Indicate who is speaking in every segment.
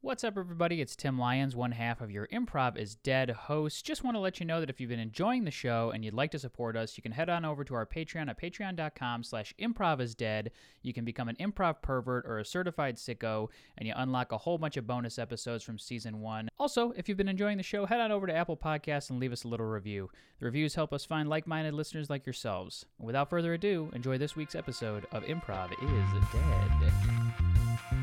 Speaker 1: What's up, everybody? It's Tim Lyons, one half of your Improv is Dead host. Just want to let you know that if you've been enjoying the show and you'd like to support us, you can head on over to our Patreon at patreon.com slash improv is dead. You can become an improv pervert or a certified sicko, and you unlock a whole bunch of bonus episodes from season one. Also, if you've been enjoying the show, head on over to Apple Podcasts and leave us a little review. The reviews help us find like-minded listeners like yourselves. Without further ado, enjoy this week's episode of Improv is Dead.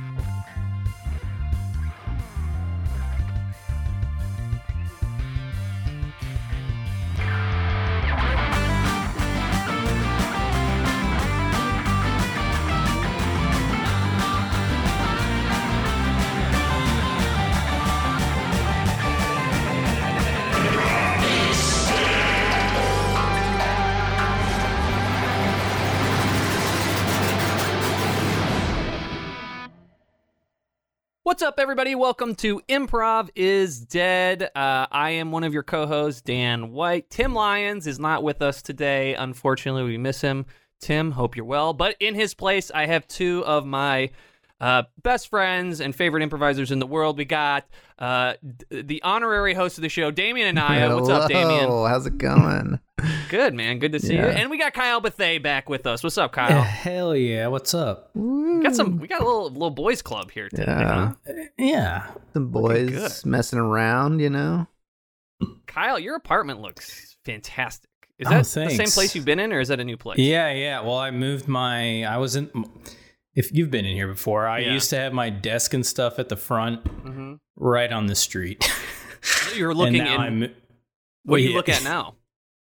Speaker 2: What's up, everybody? Welcome to Improv is Dead. Uh, I am one of your co hosts, Dan White. Tim Lyons is not with us today. Unfortunately, we miss him. Tim, hope you're well. But in his place, I have two of my uh, best friends and favorite improvisers in the world. We got uh, d- the honorary host of the show, Damien and I. What's up, Damien?
Speaker 3: Hello, How's it going?
Speaker 2: Good, man. Good to see you.
Speaker 3: Yeah.
Speaker 2: And we got Kyle Bethay back with us. What's up, Kyle?
Speaker 4: Hell yeah, what's up?
Speaker 2: we got some. We got a little little boys club here today. huh?
Speaker 3: Hmm. Yeah.
Speaker 4: Yeah.
Speaker 3: Some
Speaker 2: Looking
Speaker 3: boys messing around, you know?
Speaker 2: Kyle, your apartment looks fantastic. Is
Speaker 4: Oh,
Speaker 2: that the same
Speaker 4: thanks.
Speaker 2: place you've been in, or is that a new place?
Speaker 4: Yeah, yeah. Well, I moved my I was in if you've been in here before, I
Speaker 2: Yeah.
Speaker 4: used to have my desk and stuff at the front
Speaker 2: Mhm.
Speaker 4: right on the street.
Speaker 2: You're looking
Speaker 4: and now
Speaker 2: in.
Speaker 4: I'm
Speaker 2: what do you
Speaker 4: yeah.
Speaker 2: look at now?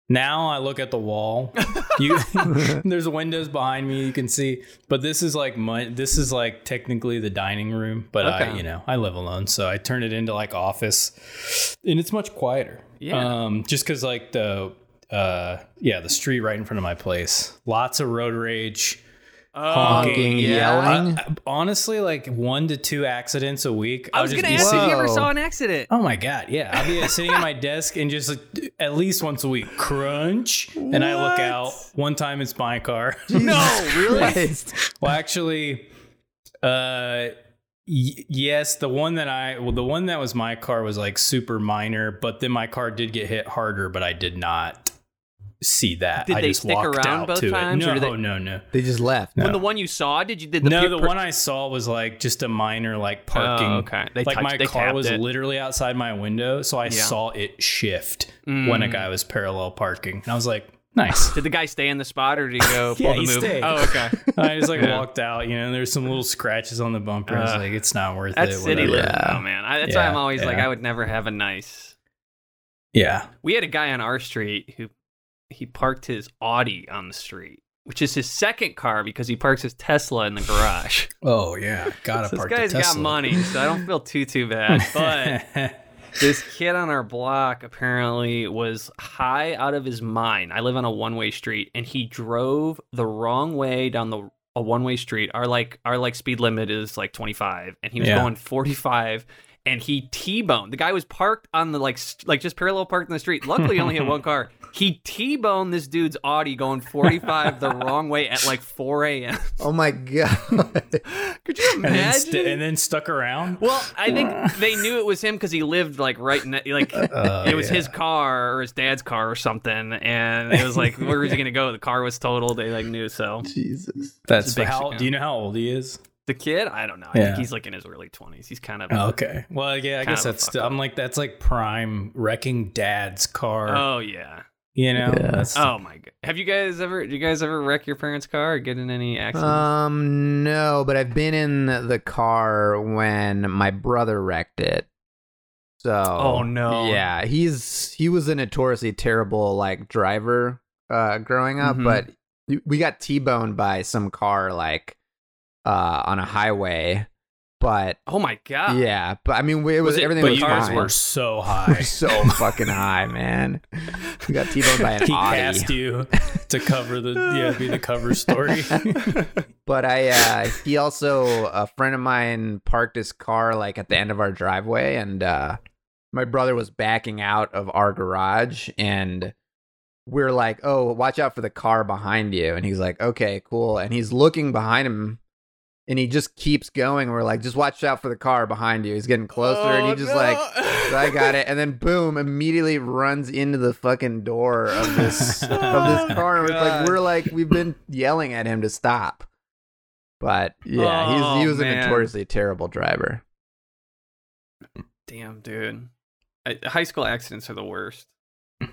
Speaker 4: Now I look at the wall. You there's windows behind me you can see, but this is like my this is like technically the dining room, but I,
Speaker 2: Okay.
Speaker 4: you know, I live alone, so I turn it into like office. And it's much quieter.
Speaker 2: Yeah.
Speaker 4: Um just cuz like the uh yeah, the street right in front of my place. Lots of road rage. Oh.
Speaker 3: Honking, yelling.
Speaker 4: I- I- honestly, like one to two accidents a week.
Speaker 2: I was
Speaker 4: I'll just
Speaker 2: gonna
Speaker 4: be
Speaker 2: ask
Speaker 4: sitting-
Speaker 2: if you ever
Speaker 3: Whoa.
Speaker 2: saw an accident.
Speaker 4: Oh my god, yeah. I'll be sitting at my desk and just like, at least once a week, crunch, and I look
Speaker 2: What?
Speaker 4: out. One time it's my car.
Speaker 2: No, really?
Speaker 3: Christ.
Speaker 4: well, actually, uh, y- yes, the one that I well, the one that was my car was like super minor, but then my car did get hit harder, but I did not see that.
Speaker 2: Did
Speaker 4: I
Speaker 2: they
Speaker 4: just
Speaker 2: stick
Speaker 4: walked
Speaker 2: around
Speaker 4: out
Speaker 2: both
Speaker 4: to
Speaker 2: times,
Speaker 4: It.
Speaker 2: or
Speaker 4: No,
Speaker 2: did they-
Speaker 4: no, no.
Speaker 3: They just left.
Speaker 2: When
Speaker 4: No.
Speaker 2: the one you saw, did you did the
Speaker 4: no,
Speaker 2: peer
Speaker 4: the
Speaker 2: per-
Speaker 4: one I saw was like just a minor like parking.
Speaker 2: Oh, okay. They
Speaker 4: like
Speaker 2: touched-
Speaker 4: my
Speaker 2: they
Speaker 4: car
Speaker 2: tapped
Speaker 4: was
Speaker 2: it.
Speaker 4: literally outside my window, so I
Speaker 2: Yeah.
Speaker 4: saw it shift
Speaker 2: Mm.
Speaker 4: when a guy was parallel parking, and I was like, nice.
Speaker 2: Did the guy stay in the spot, or did he go
Speaker 4: Yeah,
Speaker 2: pull
Speaker 4: he
Speaker 2: the move?
Speaker 4: stayed.
Speaker 2: Oh, okay.
Speaker 4: I just like
Speaker 2: Yeah.
Speaker 4: walked out. You know, there's some little scratches on the bumper. and I was
Speaker 2: Ugh.
Speaker 4: like, it's not worth
Speaker 2: That's
Speaker 4: it.
Speaker 2: city
Speaker 4: whatever.
Speaker 2: living,
Speaker 3: Yeah.
Speaker 2: though, man. I, that's why
Speaker 4: Yeah,
Speaker 2: I'm always like,
Speaker 4: yeah.
Speaker 2: I would never have a nice.
Speaker 4: Yeah.
Speaker 2: We had a guy on our street who he parked his Audi on the street, which is his second car because he parks his Tesla in the garage.
Speaker 4: Oh yeah. Gotta
Speaker 2: So this
Speaker 4: park
Speaker 2: guy's
Speaker 4: the
Speaker 2: got
Speaker 4: Tesla.
Speaker 2: money, so I don't feel too too bad. But this kid on our block apparently was high out of his mind. I live on a one way street, and he drove the wrong way down the a one way street. Our like our like speed limit is like twenty five, and he was
Speaker 4: Yeah.
Speaker 2: going forty five. And he T-boned. The guy was parked on the like, st- like just parallel parked in the street. Luckily, he only hit one car. He T-boned this dude's Audi going 45 the wrong way at like 4 a.m.
Speaker 3: Oh my god.
Speaker 2: Could you imagine?
Speaker 4: and, then st- and then stuck around.
Speaker 2: Well, I think they knew it was him because he lived like right ne- like
Speaker 4: Oh,
Speaker 2: it was
Speaker 4: yeah.
Speaker 2: his car or his dad's car or something, and it was like where was he gonna go? The car was totaled. They like knew. So
Speaker 3: Jesus.
Speaker 4: That's
Speaker 2: big
Speaker 4: how.
Speaker 2: shit.
Speaker 4: Do you know how old he is?
Speaker 2: the kid, I don't know. I think
Speaker 4: Yeah.
Speaker 2: he's like in his early twenties. He's kind of
Speaker 4: Oh, okay. Well, yeah. I
Speaker 2: Kind
Speaker 4: guess
Speaker 2: of a
Speaker 4: that's.
Speaker 2: fuck
Speaker 4: Still, I'm like that's like prime wrecking dad's car.
Speaker 2: Oh yeah.
Speaker 4: you know.
Speaker 3: Yeah.
Speaker 4: That's-
Speaker 2: Oh my god. Have you guys ever? Did you guys ever wreck your parents' car or get in any accidents?
Speaker 3: Um no, but I've been in the car when my brother wrecked it. So
Speaker 2: Oh, no.
Speaker 3: Yeah, he's he was a notoriously terrible like driver uh growing up,
Speaker 4: Mm-hmm.
Speaker 2: Mhm.
Speaker 3: but we got T-boned by some car like uh on a highway, but
Speaker 2: oh my god.
Speaker 3: Yeah, but I mean, we, it was,
Speaker 2: Was it-
Speaker 3: everything
Speaker 4: Ah. but
Speaker 3: was
Speaker 4: you guys
Speaker 3: fine.
Speaker 4: were so
Speaker 3: We're
Speaker 4: high.
Speaker 3: so fucking high, man. We got T-boned by an
Speaker 4: he
Speaker 3: Audi.
Speaker 4: cast you to cover the yeah be the cover story.
Speaker 3: But I, uh, he also a friend of mine parked his car like at the end of our driveway, and uh, my brother was backing out of our garage, and we're like, "Oh, watch out for the car behind you," and he's like, "Okay, cool," and he's looking behind him. and he just keeps going. We're like, just watch out for the car behind you. He's getting closer, and
Speaker 2: Oh,
Speaker 3: he just like, I got it, and then boom, immediately runs into the fucking door of this of
Speaker 2: Oh,
Speaker 3: this car. And it's like
Speaker 5: God.
Speaker 3: we're like, we've been yelling at him to stop, but yeah, he's he
Speaker 2: Oh,
Speaker 3: was
Speaker 2: man.
Speaker 3: a notoriously terrible driver.
Speaker 2: Damn, dude. I, high school accidents are the worst.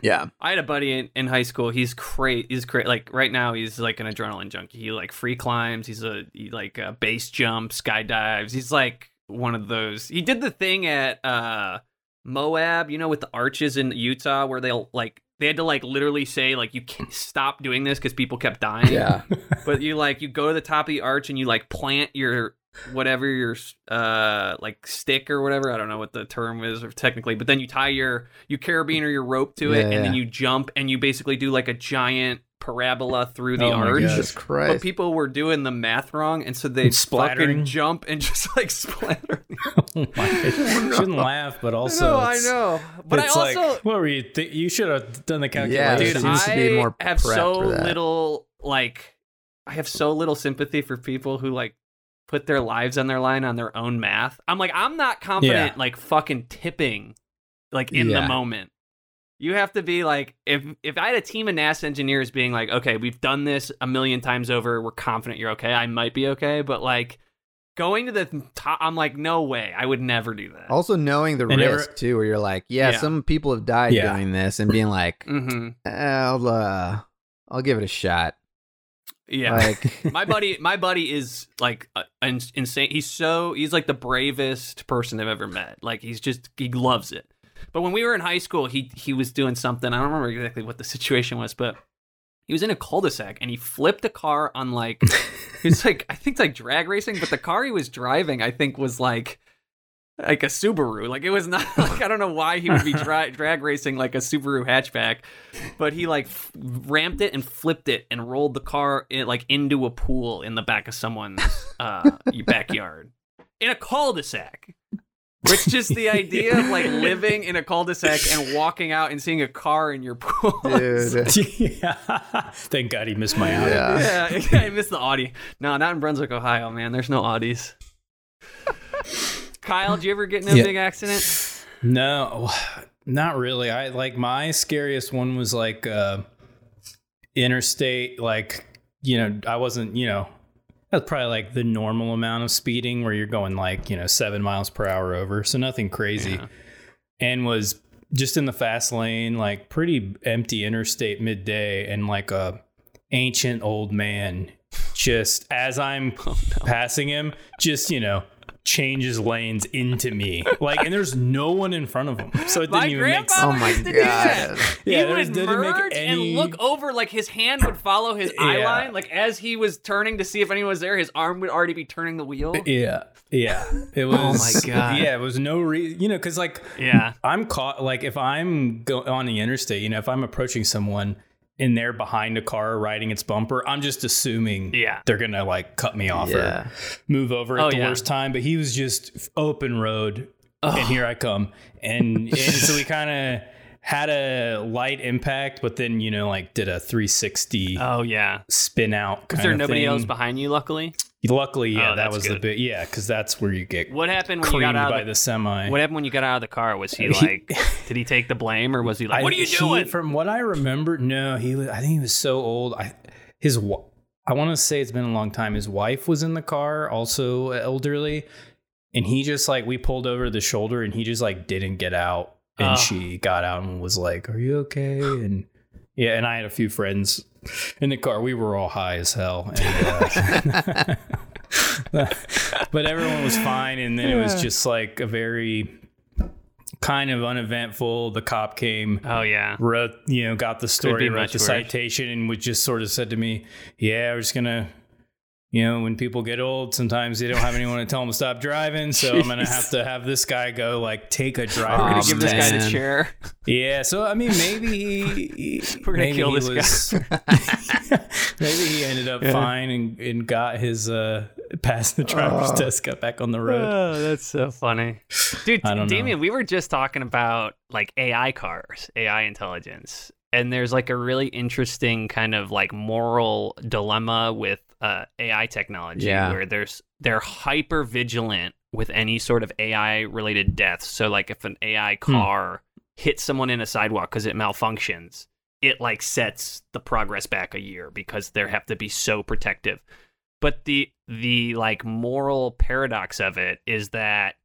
Speaker 3: Yeah,
Speaker 2: I had a buddy in, in high school. He's great. He's great. Like right now, he's like an adrenaline junkie. He like free climbs. He's a he like uh, base jump, skydives. He's like one of those. He did the thing at uh Moab, you know, with the arches in Utah, where they'll like they had to like literally say like you can't stop doing this because people kept dying.
Speaker 3: yeah,
Speaker 2: but you like you go to the top of the arch and you like plant your whatever your uh like stick or whatever i don't know what the term is or technically but then you tie your your carabiner your rope to it
Speaker 3: Yeah,
Speaker 2: and then
Speaker 3: yeah.
Speaker 2: you jump and you basically do like a giant parabola through the
Speaker 4: Oh my
Speaker 2: arch
Speaker 4: God.
Speaker 3: Jesus
Speaker 2: but
Speaker 3: Christ.
Speaker 2: people were doing the math wrong and so they fucking
Speaker 4: Splattering.
Speaker 2: jump and just like splatter
Speaker 4: Oh my God. shouldn't laugh, but also
Speaker 2: no i
Speaker 4: it's-
Speaker 2: know but i
Speaker 4: it's
Speaker 2: also
Speaker 4: like, what were you? Th- you should have done the
Speaker 3: Yeah,
Speaker 4: calculation.
Speaker 3: there
Speaker 2: dude,
Speaker 3: seems
Speaker 2: I
Speaker 3: to be more
Speaker 2: have
Speaker 3: prep
Speaker 2: so
Speaker 3: for that.
Speaker 2: little like I have so little sympathy for people who like put their lives on their line on their own math. I'm like, I'm not confident
Speaker 4: Yeah.
Speaker 2: like fucking tipping like in the
Speaker 3: Yeah.
Speaker 2: moment. You have to be like, if if I had a team of NASA engineers being like, okay, we've done this a million times over, we're confident you're okay. I might be okay, but like going to the top, I'm like, no way, I would never do that.
Speaker 3: also knowing the
Speaker 4: And every-
Speaker 3: risk too, where you're like, yeah,
Speaker 2: Yeah.
Speaker 3: some people have died
Speaker 4: Yeah.
Speaker 3: doing this, and being like,
Speaker 2: hmm
Speaker 3: "Eh, I'll uh, I'll give it a shot.
Speaker 2: Yeah.
Speaker 3: Like,
Speaker 2: my buddy my buddy is like uh, ins- insane he's so he's like the bravest person i've ever met like he's just he loves it but when we were in high school he he was doing something i don't remember exactly what the situation was but he was in a cul-de-sac and he flipped a car on like he was like i think like drag racing but the car he was driving i think was like like a Subaru, like it was not like I don't know why he would be dra- drag racing like a Subaru hatchback, but he like f- ramped it and flipped it and rolled the car in, like into a pool in the back of someone's uh, your backyard in a cul-de-sac. Which just the idea of like living in a cul-de-sac and walking out and seeing a car in your pool. is-
Speaker 3: dude,
Speaker 4: yeah. Thank God he missed my eye.
Speaker 3: yeah.
Speaker 2: yeah, I missed the Audi. No, not in Brunswick, Ohio, man. There's no Audis. Kyle, did you ever get in a
Speaker 4: Yeah.
Speaker 2: big accident?
Speaker 4: No, not really. I like my scariest one was like uh interstate like you know, I wasn't, you know, that's probably like the normal amount of speeding where you're going like, you know, 7 miles per hour over, so nothing crazy.
Speaker 2: Yeah.
Speaker 4: And was just in the fast lane, like pretty empty interstate midday and like a ancient old man just as I'm
Speaker 2: Oh,
Speaker 4: passing him, just, you know, changes lanes into me. Like, and there's no one in front of him. So it didn't
Speaker 2: My
Speaker 4: even make sense.
Speaker 2: grandfather
Speaker 3: Oh my
Speaker 2: used to do that.
Speaker 3: God.
Speaker 4: Yeah,
Speaker 2: he
Speaker 4: there
Speaker 2: would
Speaker 4: didn't make
Speaker 2: merge and
Speaker 4: any-
Speaker 2: look over, like his hand would follow his eye
Speaker 4: Yeah.
Speaker 2: line. Like as he was turning to see if anyone was there, his arm would already be turning the wheel.
Speaker 4: Yeah. Yeah. It was.
Speaker 2: Oh my God.
Speaker 4: Yeah. It was no reason, you know, because like
Speaker 2: Yeah.
Speaker 4: I'm caught, like if I'm go- on the interstate, you know, if I'm approaching someone and they're behind a car riding its bumper, I'm just assuming
Speaker 2: Yeah.
Speaker 4: they're going to like cut me off or
Speaker 3: Yeah.
Speaker 4: move over at
Speaker 2: Oh,
Speaker 4: the
Speaker 2: yeah.
Speaker 4: worst time. But he was just f- open road, and here I come. And, and so we kind of had a light impact, but then you know, like did a 360
Speaker 2: Oh yeah.
Speaker 4: spin out. Kind
Speaker 2: Was there
Speaker 4: of
Speaker 2: nobody
Speaker 4: thing.
Speaker 2: else behind you? Luckily,
Speaker 4: Luckily, yeah,
Speaker 2: Oh,
Speaker 4: that
Speaker 2: that's
Speaker 4: was the
Speaker 2: good.
Speaker 4: bit. Yeah, because that's where you get
Speaker 2: what happened when you got
Speaker 4: creamed
Speaker 2: out?
Speaker 4: by
Speaker 2: Of
Speaker 4: the
Speaker 2: the,
Speaker 4: semi.
Speaker 2: what happened when you got out of the car? Was he
Speaker 4: He-
Speaker 2: like? did he take the blame, or was he like,
Speaker 4: I-
Speaker 2: "What are you
Speaker 4: he-
Speaker 2: doing?"
Speaker 4: From what I remember, no, he was. I think he was so old. I his wa- I want to say it's been a long time. His wife was in the car, also elderly, and he just like we pulled over the shoulder, and he just like didn't get out, and
Speaker 2: Ugh.
Speaker 4: she got out and was like, "Are you okay?" And yeah, and I had a few friends in the car. We were all high as hell, and, uh, but everyone was fine. And then it was just like a very kind of uneventful. The cop came
Speaker 2: oh yeah.
Speaker 4: wrote, you know, got the story,
Speaker 2: be
Speaker 4: wrote
Speaker 2: much
Speaker 4: the
Speaker 2: worse.
Speaker 4: citation, and was just sort of said to me, "Yeah, we're just gonna, you know, when people get old, sometimes they don't have anyone to tell them to stop driving, so I'm gonna have to have this guy go like take a
Speaker 2: We're
Speaker 4: driver.
Speaker 2: gonna
Speaker 3: Oh,
Speaker 2: give this guy the
Speaker 3: man.
Speaker 2: chair.
Speaker 4: Yeah, so I mean, maybe he, he-
Speaker 2: We're gonna
Speaker 4: maybe
Speaker 2: kill
Speaker 4: he
Speaker 2: this
Speaker 4: was- maybe he ended up fine and, and got his uh passed the driver's
Speaker 3: Oh.
Speaker 4: test, got back on the road.
Speaker 2: Oh, that's so funny. Dude,
Speaker 4: I don't know.
Speaker 2: Damien, we were just talking about like AI cars, AI intelligence. And there's like a really interesting kind of like moral dilemma with uh, AI technology
Speaker 3: Yeah.
Speaker 2: where there's they're hyper vigilant with any sort of AI related deaths. So like if an AI
Speaker 1: Hmm.
Speaker 2: car hits someone in a sidewalk because it malfunctions, it like sets the progress back a year because they have to be so protective. But the the like moral paradox of it is that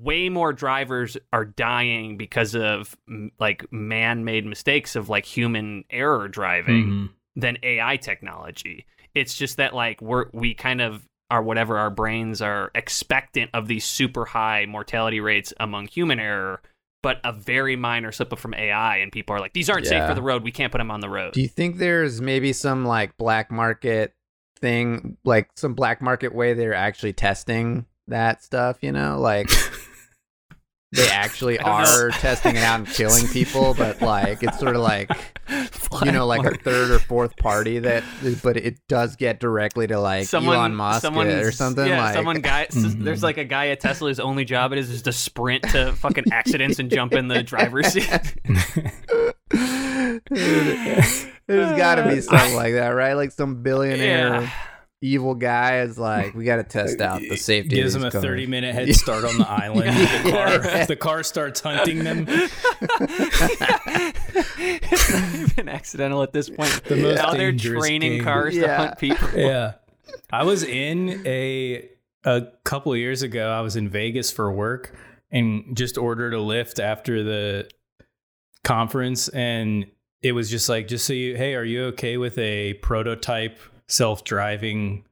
Speaker 2: way more drivers are dying because of m- like man-made mistakes of like human error driving
Speaker 4: Mhm.
Speaker 2: than AI technology. It's just that like we're we kind of are whatever our brains are expectant of these super high mortality rates among human error, but a very minor slip up from AI, and people are like, these aren't safe
Speaker 3: Yeah.
Speaker 2: for the road. We can't put them on the road.
Speaker 3: Do you think there's maybe some like black market thing, like some black market way they're actually testing that stuff? You know, like they actually
Speaker 2: I don't
Speaker 3: are testing it out and killing people, but like it's sort of like you know, like a
Speaker 2: Mark.
Speaker 3: third or fourth party that, but it does get directly to like Elon Musk or something.
Speaker 2: Yeah,
Speaker 3: like,
Speaker 2: someone guy. s-
Speaker 4: Mhm.
Speaker 2: There's like a guy at Tesla. His only job it is is to sprint to fucking accidents and jump in the driver's seat.
Speaker 3: Dude, there's got to be something like that, right? Like some billionaire
Speaker 2: Yeah.
Speaker 3: evil guy is like, we got to test out the safety.
Speaker 4: Gives
Speaker 3: of
Speaker 4: them a
Speaker 3: these cars."
Speaker 4: 30 minute head start on the island. The, car, the car starts hunting them.
Speaker 2: it's not even accidental at this point.
Speaker 4: The most
Speaker 2: now they're
Speaker 4: dangerous
Speaker 2: training
Speaker 4: game.
Speaker 2: cars to
Speaker 3: Yeah.
Speaker 2: hunt people.
Speaker 4: Yeah. I was in a a couple of years ago, I was in Vegas for work and just ordered a lift after the conference and it was just like just so you hey, are you okay with a prototype self-driving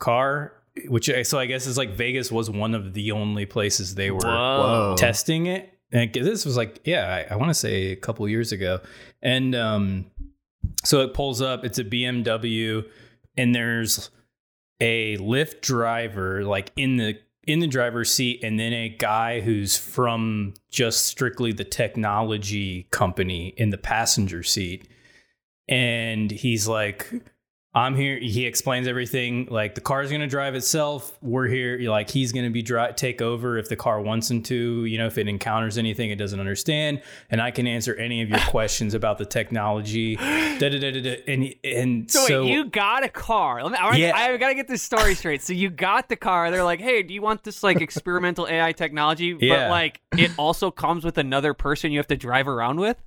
Speaker 4: car? Which I- so I guess it's like Vegas was one of the only places they were
Speaker 2: Whoa.
Speaker 3: Whoa.
Speaker 4: testing it. And this was like, yeah, I, I want to say a couple years ago. And um, so it pulls up, it's a BMW, and there's a Lyft driver like in the in the driver's seat, and then a guy who's from just strictly the technology company in the passenger seat. And he's like, I'm here. He explains everything. Like the car's gonna drive itself. We're here. You're Like he's gonna be dri take over if the car wants him to. You know, if it encounters anything it doesn't understand, and I can answer any of your questions about the technology. Da, da, da, da, da. And he- and
Speaker 2: So,
Speaker 4: so,
Speaker 2: wait, you got a car. Let me, I,
Speaker 4: Yeah.
Speaker 2: I gotta get this story straight. So you got the car. They're like, hey, do you want this like experimental AI technology? But
Speaker 4: Yeah.
Speaker 2: like, it also comes with another person you have to drive around with.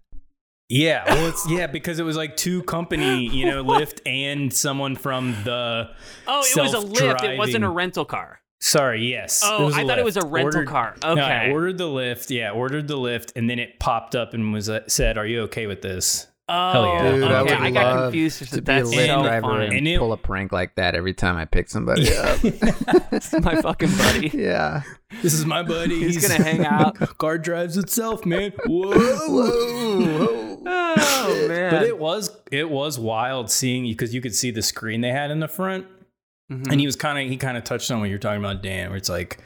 Speaker 4: yeah, well, it's yeah because it was like two company, you know, Lyft and someone from the.
Speaker 2: Oh, it was a lift. It wasn't a
Speaker 4: Self-driving.
Speaker 2: rental car.
Speaker 4: Sorry, yes.
Speaker 2: Oh, I thought it was a
Speaker 4: Lyft.
Speaker 2: rental
Speaker 4: Ordered-
Speaker 2: car.
Speaker 4: No, I
Speaker 2: Okay.
Speaker 4: ordered the lift. Yeah, ordered the lift, and then it popped up and was uh, said, "Are you okay with this?"
Speaker 2: Oh,
Speaker 4: Hell yeah.
Speaker 3: Dude, I,
Speaker 2: okay.
Speaker 3: would
Speaker 2: I, got
Speaker 3: love
Speaker 2: confused.
Speaker 3: to be a
Speaker 2: That's
Speaker 4: Lyft
Speaker 2: so
Speaker 3: driver
Speaker 2: funny.
Speaker 4: And
Speaker 3: and
Speaker 4: it-
Speaker 3: pull a prank like that every time I pick somebody up.
Speaker 2: My fucking buddy.
Speaker 3: Yeah.
Speaker 4: This is my buddy.
Speaker 2: He's gonna hang out.
Speaker 4: Car drives itself, man. Whoa.
Speaker 2: Oh man.
Speaker 4: But it was it was wild seeing because you could see the screen they had in the front,
Speaker 2: Mhm.
Speaker 4: and he was kind of he kind of touched on what you're talking about, Dan. Where it's like,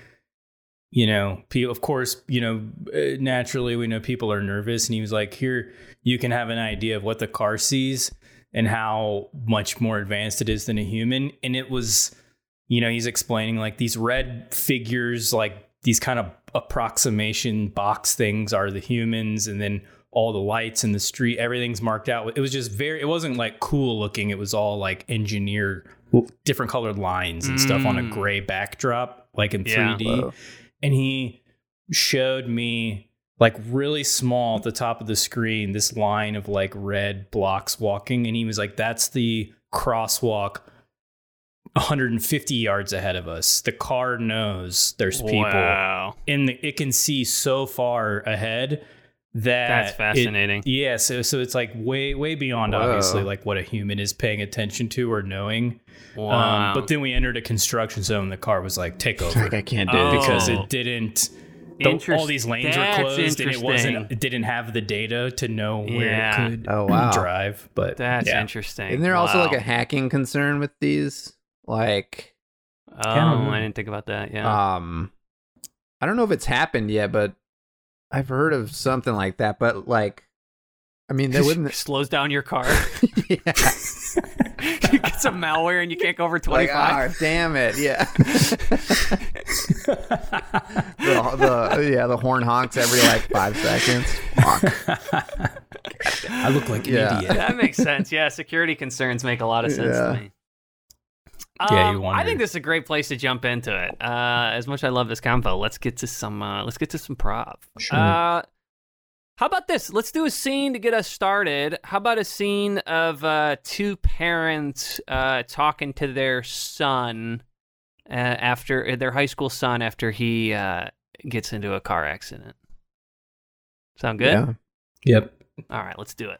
Speaker 4: you know, pe- of course, you know, uh, naturally we know people are nervous, and he was like, here you can have an idea of what the car sees and how much more advanced it is than a human, and it was, you know, he's explaining like these red figures, like these kind of approximation box things are the humans, and then all the lights in the street, everything's marked out. It was just very, it wasn't like cool looking. It was all like engineered, different colored lines and stuff on a
Speaker 2: Mm.
Speaker 4: gray backdrop, like in
Speaker 2: Yeah.
Speaker 4: 3D. And he showed me like really small at the top of the screen, this line of like red blocks walking. And he was like, that's the crosswalk 150 yards ahead of us. The car knows there's people
Speaker 2: Wow.
Speaker 4: and the, it can see so far ahead that
Speaker 2: That's
Speaker 4: it-
Speaker 2: fascinating.
Speaker 4: yeah, so so it's like way way beyond
Speaker 3: Whoa.
Speaker 4: obviously like what a human is paying attention to or knowing.
Speaker 2: wow.
Speaker 4: um, but then we entered a construction zone. and The car was like take over
Speaker 3: Like I can't do
Speaker 2: Oh.
Speaker 3: it.
Speaker 4: because it didn't. the- all these lanes were
Speaker 2: That's
Speaker 4: closed and it wasn't.
Speaker 2: interesting.
Speaker 4: It didn't have the data to know where
Speaker 2: Yeah.
Speaker 4: it could
Speaker 3: Oh, wow.
Speaker 4: drive. But
Speaker 2: That's
Speaker 4: yeah.
Speaker 2: interesting.
Speaker 3: Isn't there also like
Speaker 2: Wow.
Speaker 3: a hacking concern with these? Like,
Speaker 2: Oh, I didn't think about that. Yeah.
Speaker 3: um, I don't know if it's happened yet, but I've heard of something like that. But like, I mean, they wouldn't.
Speaker 2: slows down your car.
Speaker 3: yeah.
Speaker 2: you get some malware and you can't go over
Speaker 3: Like,
Speaker 2: 25.
Speaker 3: ah, damn it. Yeah. the, the, yeah, the horn honks every like five seconds. Fuck.
Speaker 4: I look like an
Speaker 3: Yeah.
Speaker 4: idiot.
Speaker 2: Uh, that makes sense. Yeah, security concerns make a lot of sense to
Speaker 3: Yeah.
Speaker 2: me.
Speaker 4: Yeah,
Speaker 2: Um,
Speaker 4: you
Speaker 2: I
Speaker 4: wondered.
Speaker 2: think this is a great place to jump into it. Uh, as much as I love this convo, let's get to some. Uh, let's get to some prov.
Speaker 4: Sure.
Speaker 2: Uh, how about this? Let's do a scene to get us started. How about a scene of uh, two parents uh, talking to their son uh, after their high school son after he uh, gets into a car accident. Sound good?
Speaker 3: Yeah.
Speaker 4: Yep.
Speaker 2: All right, let's do it.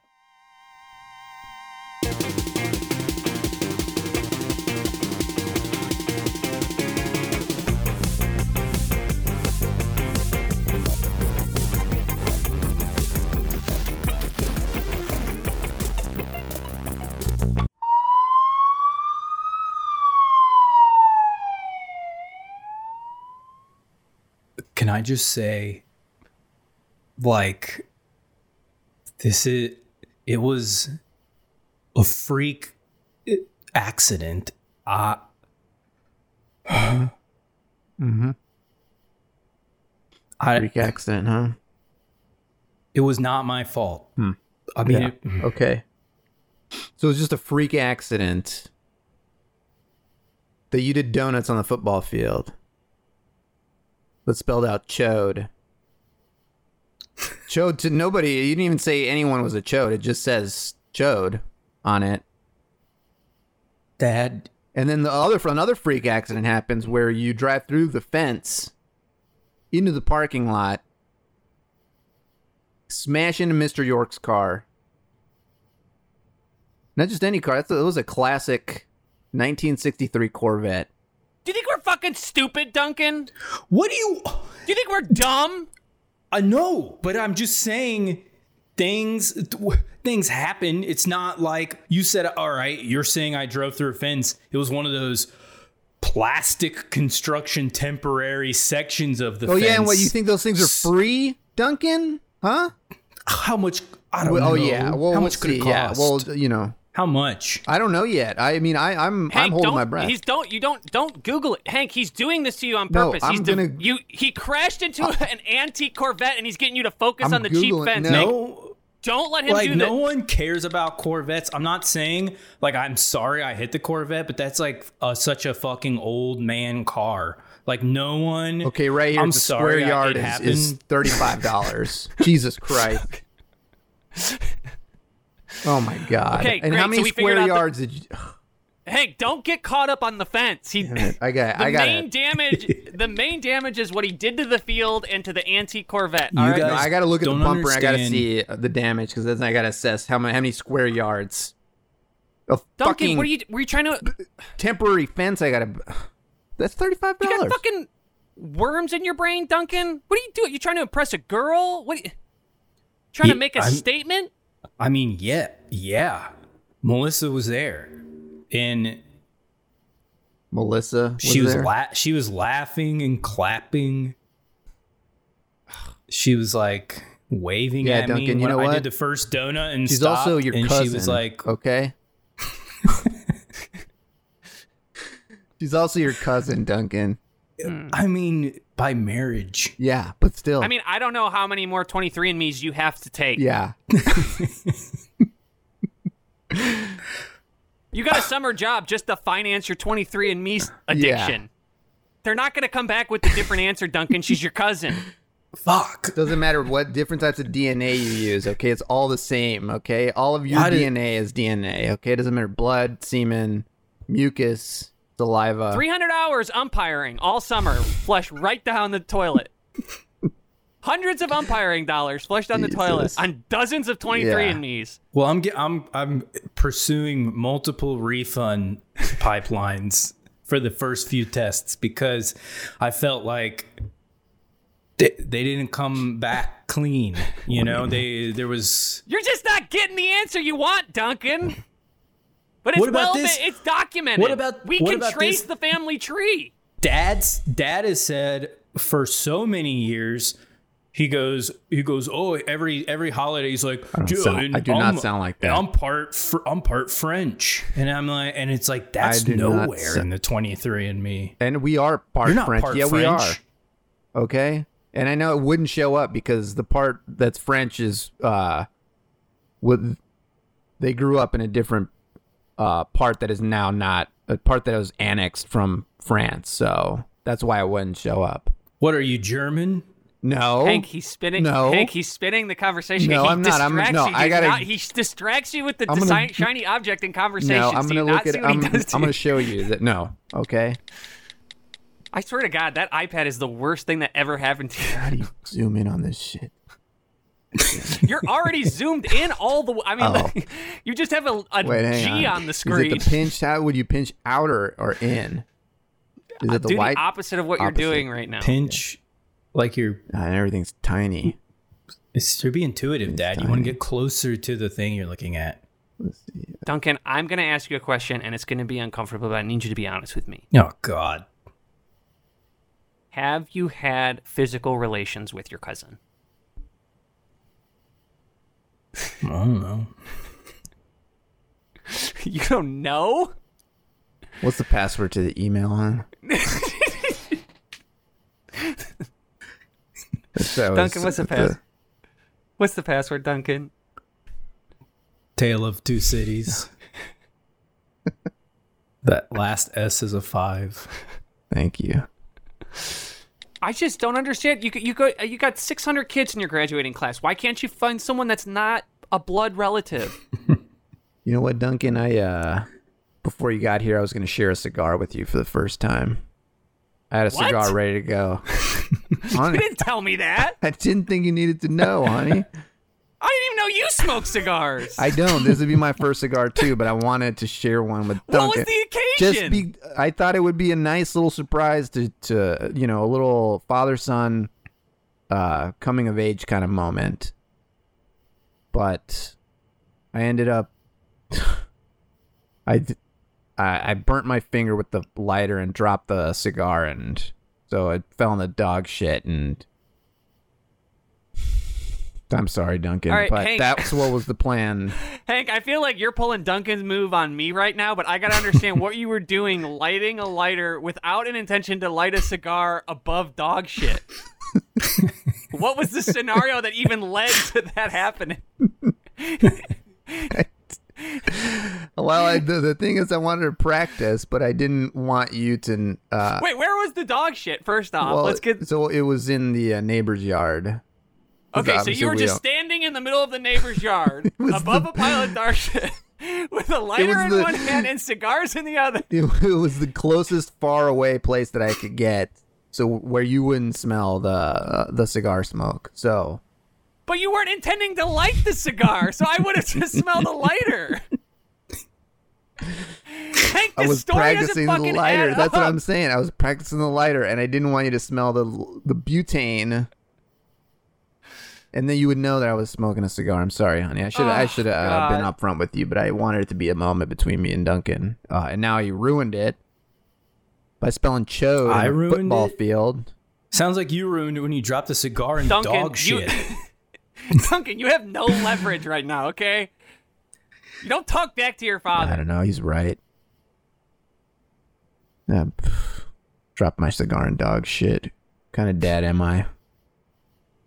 Speaker 4: Can I just say, like, this is it was a freak accident. Uh, I
Speaker 3: Mm-hmm.
Speaker 4: I
Speaker 3: Freak accident, huh?
Speaker 4: it was not my fault.
Speaker 3: Hmm.
Speaker 4: I mean,
Speaker 3: Yeah.
Speaker 4: it,
Speaker 3: Okay. So it's just a freak accident that you did donuts on the football field. That spelled out chode. Chode to nobody. You didn't even say anyone was a chode. It just says chode on it.
Speaker 4: that
Speaker 3: And then the other another freak accident happens where you drive through the fence into the parking lot, smash into Mr. York's car. Not just any car. That's a, that was a classic 1963 Corvette.
Speaker 2: Do you think we're fucking stupid, Duncan? Do
Speaker 4: what do you?
Speaker 2: you think we're dumb?
Speaker 4: I know, but I'm just saying things things happen. It's not like you said all right, you're saying I drove through a fence. It was one of those plastic construction temporary sections of the
Speaker 3: Oh
Speaker 4: fence.
Speaker 3: yeah, and what you think those things are free, Duncan? Huh?
Speaker 4: how much I don't
Speaker 3: Well,
Speaker 4: know.
Speaker 3: oh yeah. Well,
Speaker 4: how
Speaker 3: we'll
Speaker 4: much could it
Speaker 3: see.
Speaker 4: cost?
Speaker 3: Yeah. Well, you know,
Speaker 4: how much?
Speaker 3: I don't know yet. I mean, I, I'm I'm holding
Speaker 2: don't,
Speaker 3: my breath.
Speaker 2: He's don't you don't don't Google it, Hank. He's doing this to you on
Speaker 3: No,
Speaker 2: purpose.
Speaker 3: I'm
Speaker 2: he's de-
Speaker 3: gonna- Uh,
Speaker 2: you he crashed into an antique Corvette and he's getting you to focus
Speaker 3: I'm
Speaker 2: on the cheap
Speaker 3: Googling-
Speaker 2: fence.
Speaker 3: no.
Speaker 2: Hank.
Speaker 4: No,
Speaker 2: don't let him
Speaker 4: like
Speaker 2: do
Speaker 4: no
Speaker 2: that.
Speaker 4: one cares about Corvettes. I'm not saying like I'm sorry I hit the Corvette, but that's like uh, such a fucking old man car. Like no one.
Speaker 3: Okay, right here,
Speaker 4: I'm
Speaker 3: the
Speaker 4: sorry,
Speaker 3: square
Speaker 4: I-
Speaker 3: yard is,
Speaker 4: it
Speaker 3: is
Speaker 4: happened.
Speaker 3: thirty-five dollars. Jesus Christ! Oh my God!
Speaker 2: Okay,
Speaker 3: and
Speaker 2: great,
Speaker 3: how
Speaker 2: so
Speaker 3: many
Speaker 2: we figured
Speaker 3: square
Speaker 2: out the-
Speaker 3: yards did you?
Speaker 2: Hank, don't get caught up on the fence. He
Speaker 3: Damn it, I got.
Speaker 2: the
Speaker 3: I got.
Speaker 2: main
Speaker 3: it.
Speaker 2: damage the main damage is what he did to the field and to the antique Corvette.
Speaker 4: You
Speaker 2: All right.
Speaker 4: guys-
Speaker 3: No, I got to look at the
Speaker 4: Don't
Speaker 3: bumper. and I got to
Speaker 4: understand.
Speaker 3: see uh, the damage because then I got to assess how many how many square yards. A
Speaker 2: Duncan,
Speaker 3: fucking
Speaker 2: what are you were you trying to
Speaker 3: temporary fence. I got to. That's thirty-five
Speaker 2: You got
Speaker 3: dollars.
Speaker 2: fucking worms in your brain, Duncan? What are you doing? You trying to impress a girl? What are you trying
Speaker 4: Yeah,
Speaker 2: to make a
Speaker 4: I'm-
Speaker 2: statement?
Speaker 4: I mean, yeah, yeah. Melissa was there, and
Speaker 3: Melissa, was
Speaker 4: she was
Speaker 3: there?
Speaker 4: la- she was laughing and clapping. She was like waving
Speaker 3: Yeah,
Speaker 4: at me
Speaker 3: Duncan, you
Speaker 4: when
Speaker 3: know
Speaker 4: I
Speaker 3: what?
Speaker 4: did the first donut and
Speaker 3: She's
Speaker 4: stopped,
Speaker 3: also your
Speaker 4: and
Speaker 3: cousin.
Speaker 4: she was like,
Speaker 3: okay. She's also your cousin, Duncan.
Speaker 4: I mean, by marriage.
Speaker 3: Yeah, but still.
Speaker 2: I mean, I don't know how many more 23andMe's you have to take.
Speaker 3: Oh. yeah.
Speaker 2: You got a summer job just to finance your 23andMe's addiction. They're not going to come back with a different answer, Duncan. She's your cousin.
Speaker 4: Fuck.
Speaker 3: Doesn't matter what different types of DNA you use, okay? It's all the same, okay? All of your
Speaker 4: Why did-
Speaker 3: DNA is DNA, okay? It doesn't matter blood, semen, mucus, saliva.
Speaker 2: 300 hours umpiring all summer, flush right down the toilet. Hundreds of umpiring dollars flushed down the toilet
Speaker 3: Jesus.
Speaker 2: on dozens of 23andMe's.
Speaker 4: Well, I'm ge- I'm I'm pursuing multiple refund pipelines for the first few tests because I felt like they, they didn't come back clean. You know, they there was
Speaker 2: You're just not getting the answer you want, Duncan. But it's
Speaker 4: What
Speaker 2: well,
Speaker 4: about this?
Speaker 2: it's documented.
Speaker 4: What about-
Speaker 2: we
Speaker 4: what
Speaker 2: can
Speaker 4: about
Speaker 2: trace
Speaker 4: this?
Speaker 2: the family tree?
Speaker 4: dad's dad has said for so many years. He goes. He goes. Oh, every every holiday, he's like, I,
Speaker 3: sound- I do not sound like that."
Speaker 4: I'm part. Fr- I'm part French, and I'm like, and it's like that's
Speaker 3: do not
Speaker 4: nowhere
Speaker 3: sa-
Speaker 4: in the 23 and Me.
Speaker 3: and we are part
Speaker 4: You're not
Speaker 3: French.
Speaker 4: part
Speaker 3: yeah, we
Speaker 4: French.
Speaker 3: are. Okay? And I know it wouldn't show up because the part that's French is uh with they grew up in a different uh, part that is now not a part that was annexed from France. So that's why it wouldn't show up.
Speaker 4: What are you German?
Speaker 3: No,
Speaker 2: Hank, he's spinning.
Speaker 3: Oh, No.
Speaker 2: Hank, he's spinning the conversation.
Speaker 3: No,
Speaker 2: he
Speaker 3: I'm not. I'm-
Speaker 2: distracts
Speaker 3: no,
Speaker 2: you.
Speaker 3: I
Speaker 2: Do
Speaker 3: gotta-
Speaker 2: not- he distracts you with the
Speaker 3: I'm gonna-
Speaker 2: design, shiny object in conversation.
Speaker 3: no, I'm
Speaker 2: Do you
Speaker 3: gonna look
Speaker 2: not
Speaker 3: at.
Speaker 2: see what
Speaker 3: I'm,
Speaker 2: he does to
Speaker 3: I'm
Speaker 2: you?
Speaker 3: gonna show you that. No, okay.
Speaker 2: I swear to God, that iPad is the worst thing that ever happened to you.
Speaker 3: How do you zoom in on this shit?
Speaker 2: You're already zoomed in all the. I mean,
Speaker 3: Oh.
Speaker 2: you just have a, a
Speaker 3: Wait, hang
Speaker 2: G on. the screen.
Speaker 3: Is it the pinch? How would you pinch outer or in? Is it the
Speaker 2: Do
Speaker 3: white?
Speaker 2: the opposite of what
Speaker 3: Opposite.
Speaker 2: you're doing right now.
Speaker 4: Pinch, like you're.
Speaker 3: Ah, and everything's tiny.
Speaker 4: It's to be intuitive, Dad. You want to get closer to the thing you're looking at.
Speaker 2: Duncan, I'm going to ask you a question, and it's going to be uncomfortable, but I need you to be honest with me.
Speaker 4: Oh God.
Speaker 2: Have you had physical relations with your cousin?
Speaker 4: I don't know.
Speaker 2: you don't know?
Speaker 3: What's the password to the email on? so
Speaker 2: Duncan, what's the pass? What's the password, Duncan?
Speaker 4: Tale of Two Cities. that last S is a five.
Speaker 3: Thank you.
Speaker 2: I just don't understand. You g- you go you got 600 kids in your graduating class. Why can't you find someone that's not a blood relative?
Speaker 3: You know what, Duncan? I uh, before you got here, I was gonna share a cigar with you for the first time. I had a
Speaker 2: What?
Speaker 3: cigar ready to go. Hon-
Speaker 2: You didn't tell me that.
Speaker 3: I didn't think you needed to know, honey.
Speaker 2: I didn't even know you smoked cigars.
Speaker 3: I don't. This would be my first cigar too, but I wanted to share one with Duncan.
Speaker 2: what was the
Speaker 3: just
Speaker 2: occasion?
Speaker 3: be i thought it would be a nice little surprise to to you know a little father son uh coming of age kind of moment but i ended up i d- I- I burnt my finger with the lighter and dropped the cigar and so it fell in the dog shit and I'm sorry, Duncan,
Speaker 2: All right,
Speaker 3: but
Speaker 2: Hank.
Speaker 3: that's what was the plan.
Speaker 2: Hank, I feel like you're pulling Duncan's move on me right now, but I gotta understand what you were doing lighting a lighter without an intention to light a cigar above dog shit. what was the scenario that even led to that happening?
Speaker 3: Well, I, the, the thing is, I wanted to practice, but I didn't want you to uh,
Speaker 2: Wait, where was the dog shit? First off,
Speaker 3: Well,
Speaker 2: let's get
Speaker 3: so it was in the uh, neighbor's yard.
Speaker 2: Okay, so
Speaker 3: obviously
Speaker 2: you were
Speaker 3: we
Speaker 2: just
Speaker 3: don't-
Speaker 2: standing in the middle of the neighbor's yard above a pile of dark shit with a
Speaker 3: was
Speaker 2: lighter in
Speaker 3: the-
Speaker 2: one hand and cigars in the other.
Speaker 3: It, it was the closest far away place that I could get, so where you wouldn't smell the uh, the cigar smoke. So
Speaker 2: But you weren't intending to light the cigar, so I would have just smelled a lighter. Hank,
Speaker 3: I
Speaker 2: this
Speaker 3: was
Speaker 2: story
Speaker 3: practicing
Speaker 2: doesn't
Speaker 3: the
Speaker 2: fucking
Speaker 3: lighter.
Speaker 2: add
Speaker 3: That's what
Speaker 2: up.
Speaker 3: I'm saying. I was practicing the lighter, and I didn't want you to smell the the butane. And then you would know that I was smoking a cigar. I'm sorry, honey. I should I
Speaker 2: Oh,
Speaker 3: should have uh, been
Speaker 2: God.
Speaker 3: upfront with you, but I wanted it to be a moment between me and Duncan. Uh, and now you ruined it by spelling "chode"
Speaker 4: I
Speaker 3: in a
Speaker 4: ruined
Speaker 3: football
Speaker 4: it?
Speaker 3: field.
Speaker 4: Sounds like you ruined it when you dropped the cigar in
Speaker 2: Duncan,
Speaker 4: dog
Speaker 2: you-
Speaker 4: shit.
Speaker 2: Duncan, you have no leverage right now, okay? You don't talk back to your
Speaker 3: I
Speaker 2: father.
Speaker 3: don't know. He's right. Uh, pff, dropped my cigar and dog shit. Kind of dad am I?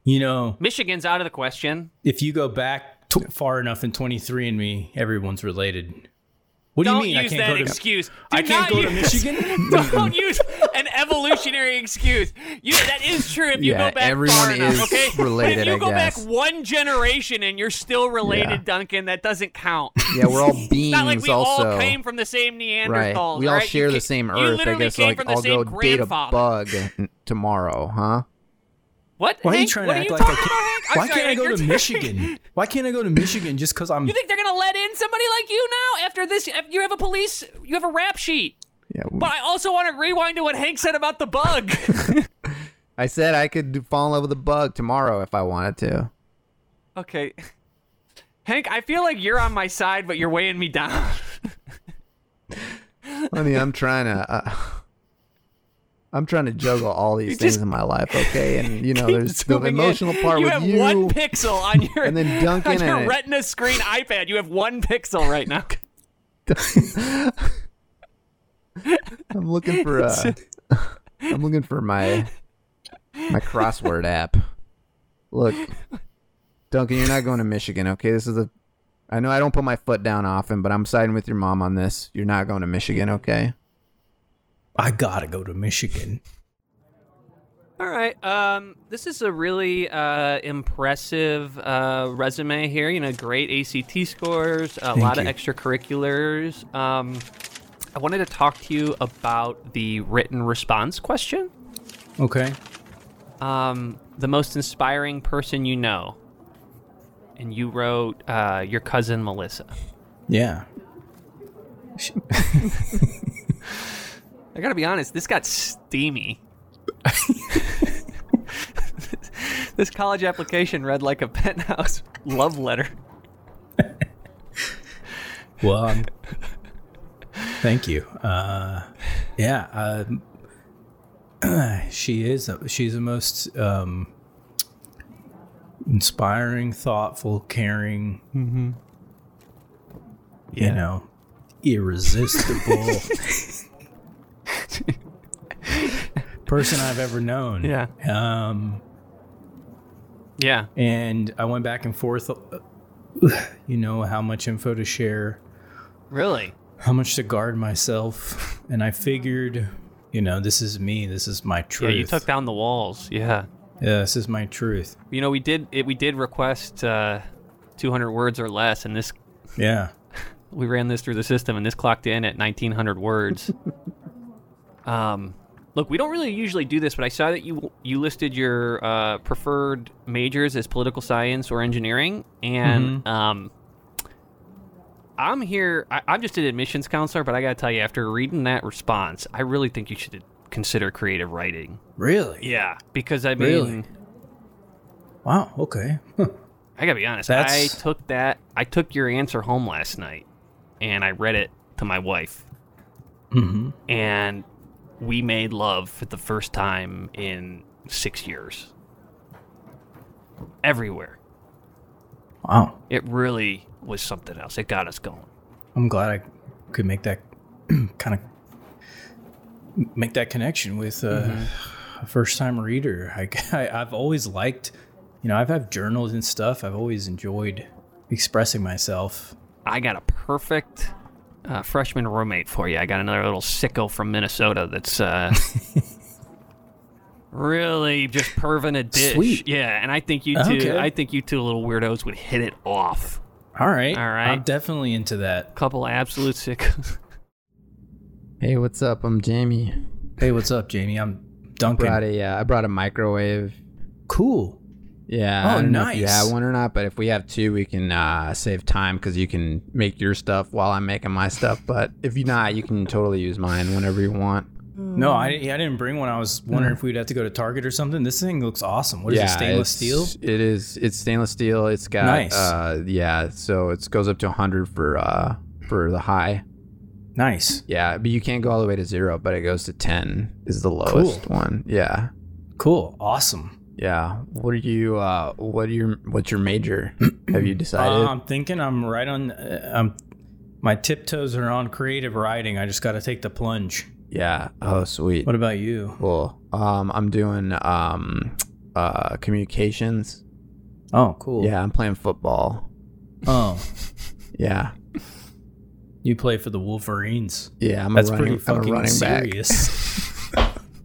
Speaker 4: You know,
Speaker 2: Michigan's out of the question.
Speaker 4: if you go back t- far enough in 23andMe, everyone's related. What
Speaker 2: don't
Speaker 4: do you mean I
Speaker 2: use
Speaker 4: can't
Speaker 2: that
Speaker 4: go to
Speaker 2: excuse. Do
Speaker 4: I
Speaker 2: not
Speaker 4: can't go to
Speaker 2: use-
Speaker 4: Michigan?
Speaker 3: Mm-hmm.
Speaker 2: Don't use an evolutionary excuse. You, that is true if you
Speaker 3: Yeah,
Speaker 2: go back
Speaker 3: everyone
Speaker 2: far enough,
Speaker 3: is
Speaker 2: okay? but
Speaker 3: related,
Speaker 2: if you
Speaker 3: I
Speaker 2: go
Speaker 3: guess.
Speaker 2: back one generation and you're still related,
Speaker 3: Yeah.
Speaker 2: Duncan, that doesn't count.
Speaker 3: Yeah, we're all beings.
Speaker 2: It's not like we
Speaker 3: also,
Speaker 2: all came from the same Neanderthals.
Speaker 3: Right. We all
Speaker 2: alright? You
Speaker 3: share
Speaker 2: ca-
Speaker 3: the same
Speaker 2: you
Speaker 3: Earth. I
Speaker 2: literally
Speaker 3: guess
Speaker 2: came
Speaker 3: like
Speaker 2: from the
Speaker 3: I'll
Speaker 2: same
Speaker 3: go date a
Speaker 2: grandfather.
Speaker 3: bug n- tomorrow, huh?
Speaker 2: What?
Speaker 4: Why are you
Speaker 2: Hank,
Speaker 4: trying
Speaker 2: what
Speaker 4: to
Speaker 2: are
Speaker 4: act
Speaker 2: you
Speaker 4: like I
Speaker 2: talking about, Hank? I'm
Speaker 4: Why
Speaker 2: sorry,
Speaker 4: can't I
Speaker 2: Hank,
Speaker 4: go
Speaker 2: you're
Speaker 4: to
Speaker 2: turning-
Speaker 4: Michigan? Why can't I go to Michigan just because I'm
Speaker 2: You think they're gonna let in somebody like you now after this? if You have a police, you have a rap sheet.
Speaker 3: Yeah. w-
Speaker 2: But I also want to rewind to what Hank said about the bug.
Speaker 3: I said I could do- fall in love with a bug tomorrow if I wanted to.
Speaker 2: Okay. Hank, I feel like you're on my side, but you're weighing me down.
Speaker 3: I mean, I'm trying to. Uh, I'm trying to juggle all these things
Speaker 2: just
Speaker 3: in my life, okay? And you know, Oh, there's the
Speaker 2: Zooming in.
Speaker 3: emotional part
Speaker 2: you
Speaker 3: with
Speaker 2: have
Speaker 3: you.
Speaker 2: one pixel on your
Speaker 3: and then Duncan
Speaker 2: on your
Speaker 3: and-
Speaker 2: retina screen iPad. You have one pixel right now.
Speaker 3: I'm looking for uh, I'm looking for my my crossword app. Look, Duncan, you're not going to Michigan, okay? This is a I know I don't put my foot down often, but I'm siding with your mom on this. You're not going to Michigan, okay?
Speaker 4: I gotta go to Michigan.
Speaker 2: All right. Um, this is a really uh, impressive uh, resume here. You know, great ACT scores, a lot
Speaker 4: you.
Speaker 2: of extracurriculars. Um, I wanted to talk to you about the written response question.
Speaker 4: Okay.
Speaker 2: Um, the most inspiring person you know. And you wrote uh, your cousin Melissa.
Speaker 4: Yeah.
Speaker 2: I gotta be honest, this got steamy. this college application read like a penthouse love letter.
Speaker 4: Well, I'm, thank you. Uh, yeah, uh, she is. A, she's the most um, inspiring, thoughtful, caring. You know, irresistible person I've ever known.
Speaker 2: Yeah.
Speaker 4: Um,
Speaker 2: Yeah.
Speaker 4: and I went back and forth. uh, You know how much info to share.
Speaker 2: Really?
Speaker 4: how much to guard myself and i figured you know this is me this is my
Speaker 2: Yeah,
Speaker 4: truth
Speaker 2: you took down the walls. Yeah.
Speaker 4: Yeah, this is my truth
Speaker 2: You know, we did it, we did request uh, 200 words or less, and this
Speaker 4: yeah
Speaker 2: we ran this through the system, and this clocked in at 1,900 words. um, look, we don't really usually do this, but I saw that you you listed your uh, preferred majors as political science or engineering, and
Speaker 4: Mm-hmm.
Speaker 2: um, I'm here. I, I'm just an admissions counselor, but I gotta tell you, after reading that response, I really think you should consider creative writing.
Speaker 4: really
Speaker 2: Yeah, because I mean.
Speaker 4: Really? wow okay Huh.
Speaker 2: I gotta be honest. I
Speaker 4: That's-
Speaker 2: took that. I took your answer home last night, and I read it to my wife,
Speaker 4: Mhm.
Speaker 2: and we made love for the first time in six years. Everywhere,
Speaker 4: wow
Speaker 2: it really was something else. It got us going.
Speaker 4: i'm glad i could make that kind of make that connection with uh,
Speaker 2: Mm-hmm.
Speaker 4: a first time reader I, I, i've always liked you know i've had journals and stuff i've always enjoyed expressing myself
Speaker 2: I got a perfect uh, freshman roommate for you. I got another little sicko from Minnesota that's uh, really just perving a dish.
Speaker 4: Sweet.
Speaker 2: Yeah, and I think you two.
Speaker 4: Okay.
Speaker 2: I think you two little weirdos would hit it off.
Speaker 4: all right
Speaker 2: All right.
Speaker 4: i'm definitely into that
Speaker 2: Couple absolute sickos.
Speaker 3: Hey, what's up? I'm Jamie.
Speaker 4: hey what's up jamie i'm duncan
Speaker 3: Brought a, uh, I brought a microwave.
Speaker 4: cool
Speaker 3: Yeah. I
Speaker 4: Oh,
Speaker 3: don't know if you
Speaker 4: nice.
Speaker 3: have one or not, but if we have two, we can uh, save time because you can make your stuff while I'm making my stuff. But if you not, you can totally use mine whenever you want.
Speaker 2: Mm.
Speaker 4: No, I, yeah, I didn't bring one. I was
Speaker 3: Mm.
Speaker 4: wondering if we'd have to go to Target or something. This thing looks awesome. What is it, stainless steel?
Speaker 3: it's- It is. It's stainless steel. It's got
Speaker 4: Nice.
Speaker 3: uh yeah, so it goes up to 100 for uh for the high.
Speaker 4: Nice.
Speaker 3: Yeah, but you can't go all the way to 0, but it goes to 10 is the lowest one. Yeah.
Speaker 4: Cool. Awesome.
Speaker 3: Yeah. What are you uh what are your what's your major? Have you decided?
Speaker 4: Uh, I'm thinking I'm right on. Uh, I'm, my tiptoes are on creative writing. I just got to take the plunge.
Speaker 3: yeah. Oh, sweet.
Speaker 4: What about you?
Speaker 3: Cool. Um I'm doing um uh communications.
Speaker 4: Oh, cool.
Speaker 3: Yeah, I'm playing football.
Speaker 4: Oh,
Speaker 3: Yeah.
Speaker 4: you play for the Wolverines.
Speaker 3: Yeah, I'm a
Speaker 4: That's
Speaker 3: running,
Speaker 4: pretty
Speaker 3: I'm a
Speaker 4: fucking
Speaker 3: running back.
Speaker 4: serious.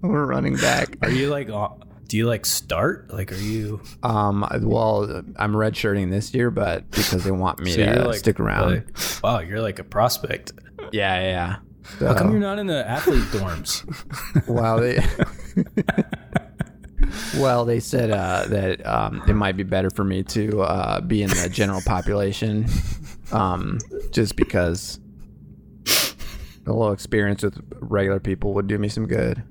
Speaker 3: I'm a running back.
Speaker 4: are you like? uh, Do you like start? Like, are you?
Speaker 3: Um, I- well, I'm redshirting this year, but because they want me
Speaker 4: so
Speaker 3: to
Speaker 4: you're like
Speaker 3: stick around.
Speaker 4: like- wow, you're like a prospect.
Speaker 3: Yeah, yeah. yeah.
Speaker 4: How come
Speaker 3: So-
Speaker 4: you're not in the athlete dorms?
Speaker 3: well, they, well, they said uh, that um, it might be better for me to uh, be in the general population, um, just because a little experience with regular people would do me some good.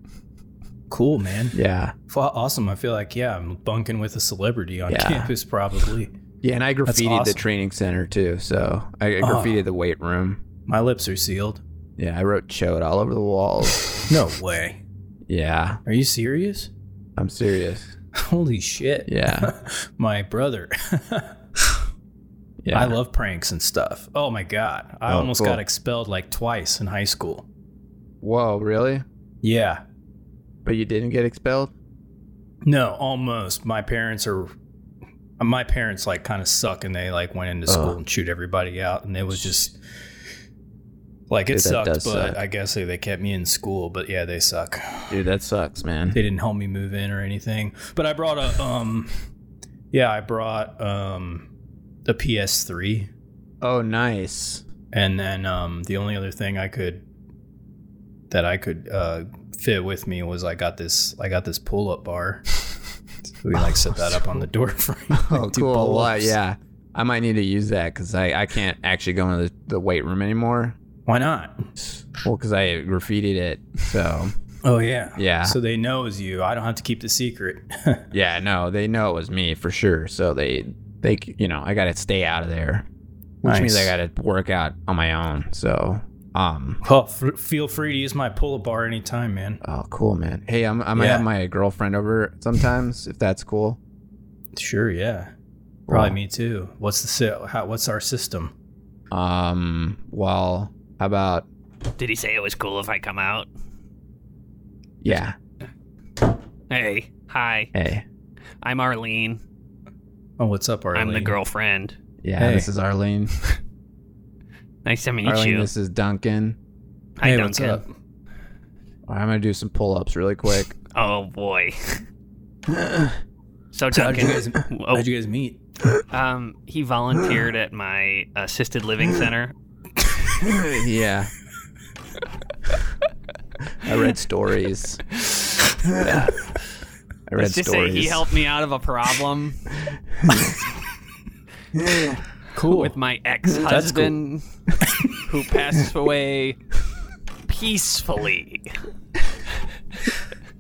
Speaker 4: Cool, man.
Speaker 3: Yeah,
Speaker 4: Fa- Awesome. I feel like, yeah, I'm bunking with a celebrity on
Speaker 3: Yeah.
Speaker 4: campus, probably.
Speaker 3: yeah, and I graffitied the
Speaker 4: awesome. Uh.
Speaker 3: training center too, so I, I graffitied the weight room.
Speaker 4: My lips are sealed.
Speaker 3: Yeah, I wrote "chode" all over the walls.
Speaker 4: No way.
Speaker 3: yeah,
Speaker 4: Are you serious?
Speaker 3: I'm serious.
Speaker 4: Holy shit.
Speaker 3: Yeah.
Speaker 4: My brother.
Speaker 3: Yeah.
Speaker 4: I love pranks and stuff. Oh my God. I
Speaker 3: Oh,
Speaker 4: almost
Speaker 3: cool.
Speaker 4: got expelled like twice in high school.
Speaker 3: Whoa, really?
Speaker 4: Yeah.
Speaker 3: But you didn't get expelled?
Speaker 4: No, almost. My parents are my parents like kind of suck and they like went into
Speaker 3: Uh.
Speaker 4: school and shoot everybody out and it was just like
Speaker 3: Dude,
Speaker 4: it
Speaker 3: that
Speaker 4: sucked but
Speaker 3: does suck.
Speaker 4: i guess they, they kept me in school but yeah they suck
Speaker 3: Dude, that sucks, man.
Speaker 4: they didn't help me move in or anything but i brought a um yeah i brought um a ps3
Speaker 3: Oh, nice.
Speaker 4: and then um the only other thing i could that i could uh fit with me was i got this i got this pull-up bar we like set that up on the door frame
Speaker 3: Oh,
Speaker 4: Do
Speaker 3: cool. Well,
Speaker 4: pull-ups.
Speaker 3: yeah, I might need to use that because I, I can't actually go into the, the weight room anymore.
Speaker 4: why not
Speaker 3: Well, because I graffitied it. So
Speaker 4: Oh yeah.
Speaker 3: Yeah.
Speaker 4: So they know it's you. I don't have to keep the secret.
Speaker 3: yeah, no, they know it was me for sure. So they they you know I gotta stay out of there, which means I
Speaker 4: Nice.
Speaker 3: gotta work out on my own. So um.
Speaker 4: well, f- feel free to use my pull-up bar anytime, man.
Speaker 3: Oh, cool, man. Hey, I'm, I might
Speaker 4: Yeah.
Speaker 3: have my girlfriend over sometimes if that's cool.
Speaker 4: Sure, yeah. Probably
Speaker 3: Well,
Speaker 4: me too. What's the si- how, what's our system?
Speaker 3: Um. Well, how about
Speaker 2: Did he say it was cool if I come out?
Speaker 3: yeah?
Speaker 2: Hey, hi.
Speaker 3: Hey,
Speaker 2: I'm Arlene.
Speaker 4: Oh, what's up, Arlene?
Speaker 2: I'm the girlfriend.
Speaker 3: yeah.
Speaker 4: Hey.
Speaker 3: This is Arlene.
Speaker 2: Nice to meet
Speaker 3: Arlene,
Speaker 2: you.
Speaker 3: this is Duncan.
Speaker 2: Hi,
Speaker 4: Hey, what's
Speaker 2: Duncan.
Speaker 4: up?
Speaker 3: All right, I'm gonna do some pull-ups really quick.
Speaker 2: Oh boy. so
Speaker 4: So how'd you
Speaker 2: Duncan,
Speaker 4: guys
Speaker 2: oh,
Speaker 4: how'd you guys meet?
Speaker 2: um, he volunteered at my assisted living center.
Speaker 3: yeah. I read stories. I read
Speaker 2: Let's just
Speaker 3: stories.
Speaker 2: say he helped me out of a problem
Speaker 4: Cool.
Speaker 2: with my ex-husband, who passed away peacefully.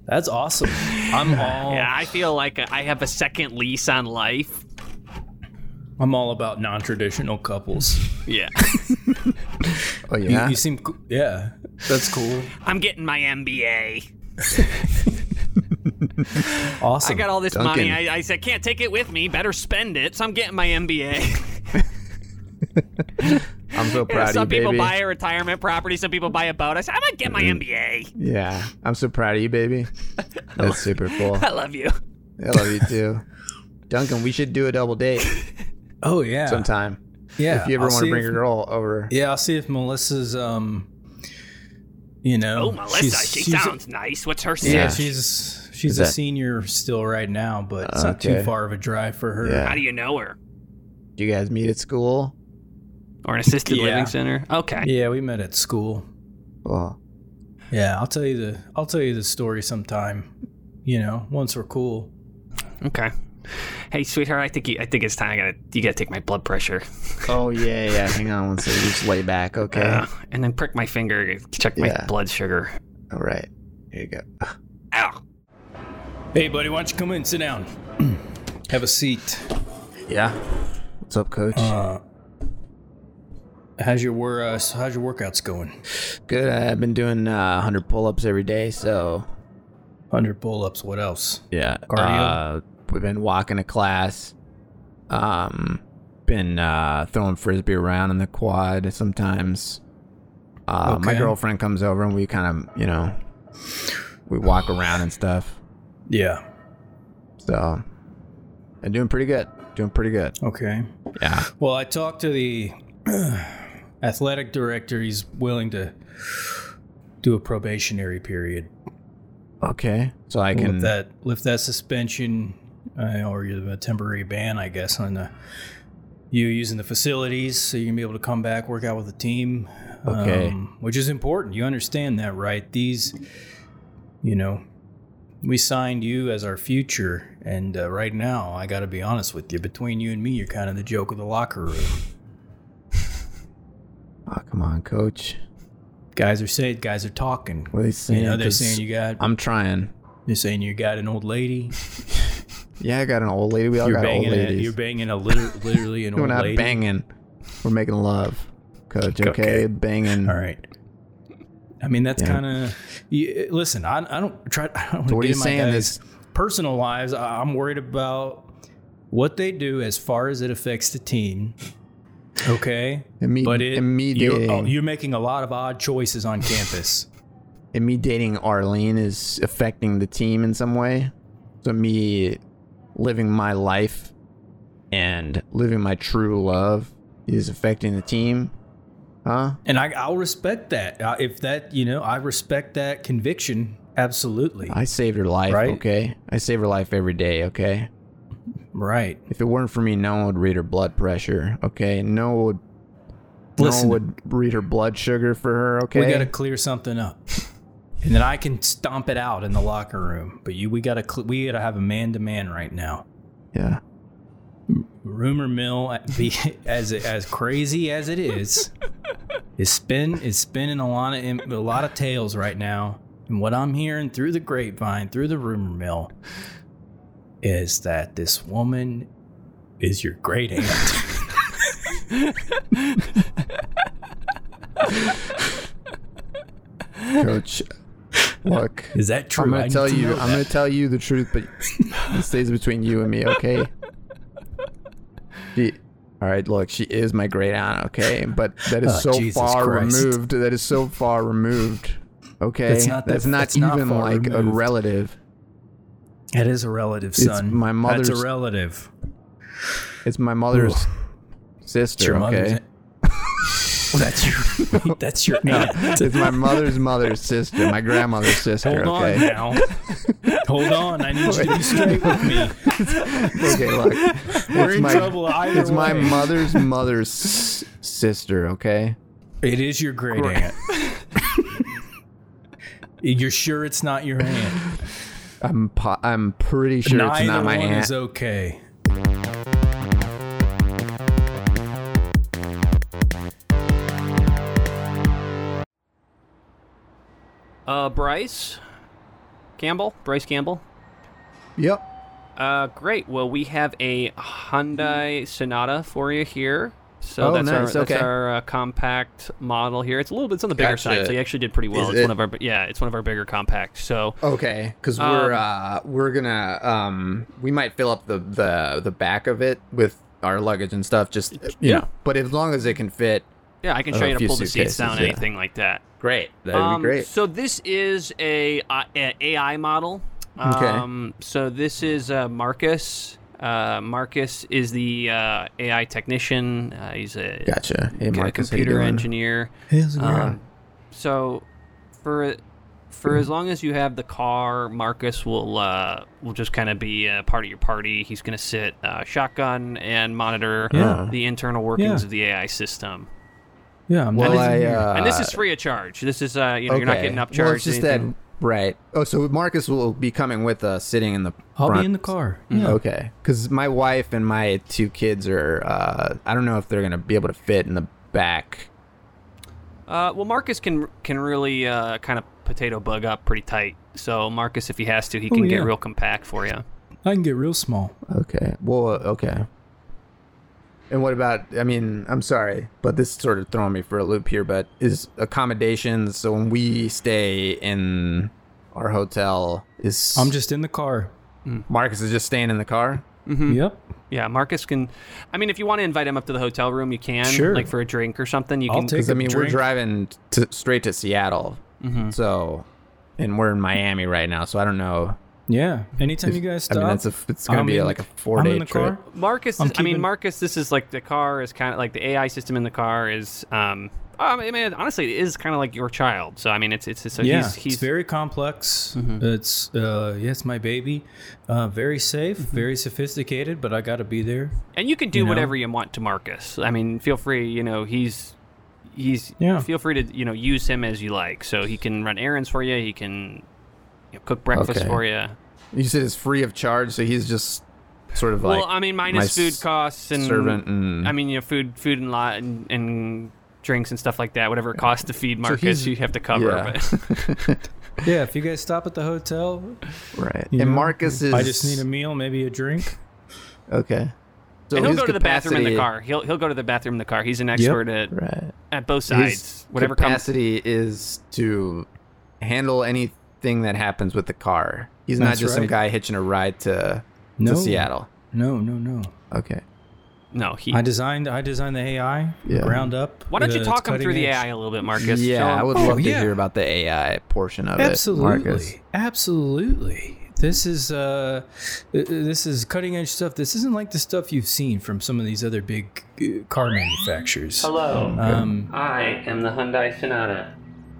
Speaker 4: That's awesome. I'm all
Speaker 2: Yeah, I feel like I have a second lease on life.
Speaker 4: I'm all about non-traditional couples.
Speaker 2: Yeah,
Speaker 3: Oh
Speaker 4: You,
Speaker 3: yeah.
Speaker 4: you seem co- yeah. That's cool.
Speaker 2: I'm getting my MBA.
Speaker 4: Awesome.
Speaker 2: I got all this
Speaker 3: Duncan.
Speaker 2: money. I, I said, can't take it with me. Better spend it. So I'm getting my MBA.
Speaker 3: I'm so proud
Speaker 2: some
Speaker 3: of you,
Speaker 2: people
Speaker 3: baby. Mm-hmm.
Speaker 2: buy a retirement property. Some people buy a boat. I said, I'm going to get my MBA.
Speaker 3: yeah, I'm so proud of you, baby. That's super cool.
Speaker 2: I love you.
Speaker 3: I love you too, Duncan. We should do a double date
Speaker 4: oh yeah.
Speaker 3: sometime.
Speaker 4: Yeah.
Speaker 3: if you ever
Speaker 4: I'll
Speaker 3: want to
Speaker 4: see
Speaker 3: bring
Speaker 4: if-
Speaker 3: a girl over.
Speaker 4: Yeah, I'll see if Melissa's um you know
Speaker 2: Oh, Melissa, she sounds nice. What's her
Speaker 4: Yeah,
Speaker 2: yeah.
Speaker 4: she's she's
Speaker 3: Is
Speaker 4: a
Speaker 3: that-
Speaker 4: senior still right now, but it's not too
Speaker 3: Okay.
Speaker 4: far of a drive for her.
Speaker 3: Yeah.
Speaker 2: How do you know her?
Speaker 3: Do you guys meet at school?
Speaker 2: Or an assisted
Speaker 4: Yeah.
Speaker 2: living center? Okay.
Speaker 4: Yeah, we met at school.
Speaker 3: Oh,
Speaker 4: Yeah, I'll tell you the I'll tell you the story sometime. You know, once we're cool.
Speaker 2: Okay. Hey, sweetheart, I think you, I think it's time. I gotta you gotta take my blood pressure.
Speaker 3: oh yeah, yeah. Hang on one second. Just lay back, okay?
Speaker 2: Uh, and then prick my finger. Check my
Speaker 3: Yeah.
Speaker 2: blood sugar.
Speaker 3: All right. Here you go.
Speaker 2: Ow.
Speaker 4: Hey buddy, why don't you come in, sit down. Have a seat.
Speaker 3: Yeah. What's up, coach?
Speaker 4: Uh How's your wor- uh, how's your workouts going?
Speaker 3: Good. I've been doing uh, 100 pull-ups every day, so
Speaker 4: 100 pull-ups, what else?
Speaker 3: yeah.
Speaker 4: Cardio?
Speaker 3: Uh, we've been walking to class. Um, been uh, throwing frisbee around in the quad sometimes. Uh, My
Speaker 4: Okay.
Speaker 3: girlfriend comes over and we kind of, you know, we walk around and stuff.
Speaker 4: Yeah.
Speaker 3: So, I'm doing pretty good. Doing pretty good.
Speaker 4: Okay.
Speaker 3: Yeah.
Speaker 4: Well, I talked to the athletic director. He's willing to do a probationary period.
Speaker 3: Okay. So I
Speaker 4: lift
Speaker 3: can.
Speaker 4: that lift that suspension uh, or a temporary ban, I guess, on the, you using the facilities, so you can be able to come back, work out with the team.
Speaker 3: Okay.
Speaker 4: um, which is important. You understand that, right? These, you know, we signed you as our future, and uh, right now, I got to be honest with you. Between you and me, you're kind of the joke of the locker room.
Speaker 3: Oh, come on, coach.
Speaker 4: Guys are saying, guys are talking.
Speaker 3: What are they
Speaker 4: You
Speaker 3: saying?
Speaker 4: know, they're
Speaker 3: 'Cause
Speaker 4: saying you got,
Speaker 3: I'm trying.
Speaker 4: they're saying you got an old lady.
Speaker 3: Yeah, I got an old lady. We all
Speaker 4: You're
Speaker 3: got old
Speaker 4: banging, a,
Speaker 3: ladies.
Speaker 4: you're banging a liter- literally an
Speaker 3: We're
Speaker 4: old
Speaker 3: not
Speaker 4: lady.
Speaker 3: banging. We're making love, coach. Okay,
Speaker 4: Okay.
Speaker 3: banging.
Speaker 4: All right. I mean, that's
Speaker 3: Yeah.
Speaker 4: kind of. Listen, I, I don't try. I don't
Speaker 3: So
Speaker 4: wanna
Speaker 3: what are
Speaker 4: get
Speaker 3: you
Speaker 4: in my
Speaker 3: saying?
Speaker 4: guys'
Speaker 3: This
Speaker 4: personal lives. I, I'm worried about what they do as far as it affects the team. Okay,
Speaker 3: imme-
Speaker 4: but it
Speaker 3: immediating,
Speaker 4: You're, oh, you're making a lot of odd choices on campus.
Speaker 3: immediating Arlene is affecting the team in some way. So me living my life and living my true love is affecting the team. Huh?
Speaker 4: And I, I'll respect that. I, if that, you know, I respect that conviction. Absolutely.
Speaker 3: I saved her life,
Speaker 4: Right.
Speaker 3: okay? I save her life every day, okay?
Speaker 4: right.
Speaker 3: If it weren't for me, no one would read her blood pressure, okay? No one would,
Speaker 4: Listen.
Speaker 3: no one would read her blood sugar for her, okay?
Speaker 4: We got to clear something up. And then I can stomp it out in the locker room. But you, we got to, cl- we got to have a man to man right now.
Speaker 3: yeah.
Speaker 4: Rumor mill, be, as as crazy as it is, is spin is spinning a lot of a lot of tales right now. And what I'm hearing through the grapevine, through the rumor mill, is that this woman is your great aunt.
Speaker 3: Coach, look.
Speaker 4: Is that true?
Speaker 3: I'm gonna
Speaker 4: I need
Speaker 3: tell
Speaker 4: to
Speaker 3: you.
Speaker 4: know
Speaker 3: I'm
Speaker 4: that.
Speaker 3: gonna tell you the truth, but it stays between you and me, okay? She, all right, look, she is my great aunt, okay? But that is so
Speaker 4: Oh, Jesus
Speaker 3: far
Speaker 4: Christ.
Speaker 3: removed. That is so far removed. Okay,
Speaker 4: That's not that- that's not
Speaker 3: even
Speaker 4: far
Speaker 3: like a
Speaker 4: removed.
Speaker 3: relative.
Speaker 4: That is a relative,
Speaker 3: It's
Speaker 4: son.
Speaker 3: my
Speaker 4: That's
Speaker 3: mother's-
Speaker 4: a relative.
Speaker 3: It's my mother's sister.
Speaker 4: It's your
Speaker 3: okay,
Speaker 4: mother's. aunt. Well, that's your. That's your aunt.
Speaker 3: it's my mother's mother's sister, my grandmother's sister.
Speaker 4: Hold on
Speaker 3: okay,
Speaker 4: now. Hold on. I need you to be straight with me.
Speaker 3: okay, look,
Speaker 4: We're
Speaker 3: it's
Speaker 4: in
Speaker 3: my,
Speaker 4: trouble either
Speaker 3: It's my
Speaker 4: way.
Speaker 3: mother's mother's s- sister. Okay.
Speaker 4: It is your great aunt. You're sure it's not your aunt.
Speaker 3: I'm po- I'm pretty sure
Speaker 4: Neither
Speaker 3: it's not my
Speaker 4: one
Speaker 3: aunt.
Speaker 4: is okay.
Speaker 2: Uh, Bryce Campbell, Bryce Campbell.
Speaker 3: yep.
Speaker 2: Uh, great. Well, we have a Hyundai Sonata for you here. So
Speaker 3: Oh,
Speaker 2: that's our
Speaker 3: nice,
Speaker 2: that's
Speaker 3: okay.
Speaker 2: our uh, compact model here. It's a little bit it's on the bigger side,
Speaker 3: Gotcha.
Speaker 2: so you actually did pretty well.
Speaker 3: Is
Speaker 2: it's
Speaker 3: it-
Speaker 2: one of our yeah, it's one of our bigger compacts. So
Speaker 3: Okay, because
Speaker 2: Um,
Speaker 3: we're uh we're gonna um we might fill up the the the back of it with our luggage and stuff. Just you
Speaker 2: yeah.
Speaker 3: know, but as long as it can fit,
Speaker 2: yeah, I can
Speaker 3: Uh,
Speaker 2: show
Speaker 3: a
Speaker 2: you how to
Speaker 3: few
Speaker 2: pull the seats
Speaker 3: suitcases,
Speaker 2: down,
Speaker 3: yeah.
Speaker 2: anything like that.
Speaker 3: great. That'd
Speaker 2: Um,
Speaker 3: be great.
Speaker 2: So this is a, uh, a AI model.
Speaker 3: Okay.
Speaker 2: Um, so this is uh, Marcus. Uh, Marcus is the uh, AI technician. Uh, he's a,
Speaker 3: Gotcha. Hey,
Speaker 2: a
Speaker 3: Marcus, how you
Speaker 2: computer
Speaker 3: doing?
Speaker 2: engineer.
Speaker 3: Uh,
Speaker 2: Um, so for for as long as you have the car, Marcus will uh, will just kind of be a part of your party. He's going to sit uh, shotgun and monitor
Speaker 4: Yeah.
Speaker 2: the internal workings
Speaker 4: Yeah.
Speaker 2: of the AI system.
Speaker 4: Yeah, I'm
Speaker 3: Well,
Speaker 4: not
Speaker 3: I
Speaker 4: even here.
Speaker 3: uh,
Speaker 2: and this is free of charge. This is uh, you know
Speaker 3: okay.
Speaker 2: you're not getting upcharged.
Speaker 3: Well, it's just
Speaker 2: anything.
Speaker 3: that right. Oh, so Marcus will be coming with us, sitting in the.
Speaker 4: I'll
Speaker 3: front. Mm-hmm.
Speaker 4: be in the car. Yeah.
Speaker 3: Okay, because my wife and my two kids are. uh I don't know if they're gonna be able to fit in the back.
Speaker 2: Uh, well, Marcus can can really uh, kind of potato bug up pretty tight. So Marcus, if he has to, he can
Speaker 4: Oh, yeah.
Speaker 2: get real compact for you.
Speaker 4: I can get real small.
Speaker 3: Okay. Well, uh, okay. And what about? I mean, I'm sorry, but this is sort of throwing me for a loop here. But is accommodations? So when we stay in our hotel, is
Speaker 4: I'm just in the car.
Speaker 3: Marcus is just staying in the car?
Speaker 4: Yep.
Speaker 2: Yeah, Marcus can. I mean, if you want to invite him up to the hotel room, you can.
Speaker 4: Sure.
Speaker 2: Like for a drink or something, you
Speaker 4: I'll
Speaker 2: can.
Speaker 4: take-
Speaker 3: Because I
Speaker 4: a
Speaker 3: mean, we're
Speaker 4: drink. Mm-hmm.
Speaker 3: driving to, straight to Seattle, so and we're in Miami right now. So I don't know.
Speaker 4: Yeah. Anytime you guys stop.
Speaker 3: I mean, it's a it's gonna
Speaker 4: I'm
Speaker 3: be
Speaker 4: in
Speaker 3: like
Speaker 4: the-
Speaker 3: a four
Speaker 4: I'm
Speaker 3: day
Speaker 4: in the
Speaker 3: trip.
Speaker 4: car.
Speaker 2: Marcus,
Speaker 4: I'm
Speaker 2: is, I mean,
Speaker 4: keeping-
Speaker 2: Marcus, this is like the car is kind of like the AI system in the car is. Um, I mean, honestly, it is kind of like your child. So I mean, it's it's so
Speaker 4: yeah,
Speaker 2: he's he's
Speaker 4: it's very complex. It's uh, yeah, it's my baby. Uh, very safe, very sophisticated, but I got to be there.
Speaker 2: and you can do
Speaker 4: know?
Speaker 2: whatever you want to Marcus. I mean, feel free. You know, he's he's
Speaker 4: Yeah.
Speaker 2: Feel free to you know use him as you like. So he can run errands for you. He can you know, cook breakfast
Speaker 3: Okay.
Speaker 2: for you.
Speaker 3: You said it's free of charge, so he's just sort of like
Speaker 2: well, I mean, minus
Speaker 3: my
Speaker 2: food costs and
Speaker 3: servant and-
Speaker 2: I mean, you know, food, food and lot and, and drinks and stuff like that. Whatever it costs to feed Marcus,
Speaker 3: he's-
Speaker 2: you have to cover.
Speaker 3: yeah.
Speaker 2: But
Speaker 4: Yeah, if you guys stop at the hotel,
Speaker 3: right.
Speaker 4: you
Speaker 3: And
Speaker 4: know,
Speaker 3: Marcus is
Speaker 4: I just need a meal, maybe a drink.
Speaker 3: Okay. So
Speaker 2: and he'll
Speaker 3: his
Speaker 2: go to the bathroom in the
Speaker 3: capacity-
Speaker 2: car. He'll he'll go to the bathroom in the car. He's an expert at,
Speaker 3: Right.
Speaker 2: at both
Speaker 3: His
Speaker 2: sides. Whatever comes.
Speaker 3: capacity is to handle anything that happens with the car. He's not
Speaker 4: That's
Speaker 3: just some
Speaker 4: right.
Speaker 3: guy hitching a ride to
Speaker 4: No.
Speaker 3: to Seattle.
Speaker 4: No, no, no.
Speaker 3: Okay.
Speaker 2: No, he.
Speaker 4: I designed I designed the AI
Speaker 3: Yeah.
Speaker 4: ground up.
Speaker 2: why don't
Speaker 4: uh,
Speaker 2: you
Speaker 4: it's
Speaker 2: talk him through
Speaker 4: cutting
Speaker 2: the
Speaker 4: edge.
Speaker 2: AI a little bit, Marcus? Show
Speaker 3: yeah,
Speaker 2: him-
Speaker 3: I would
Speaker 4: Oh,
Speaker 3: love
Speaker 4: yeah.
Speaker 3: to hear about the AI portion of it.
Speaker 4: Absolutely,
Speaker 3: Marcus.
Speaker 4: absolutely. this is uh, th- this is cutting edge stuff. This isn't like the stuff you've seen from some of these other big uh, car manufacturers.
Speaker 2: Hello,
Speaker 4: Um,
Speaker 2: I am the Hyundai Sonata.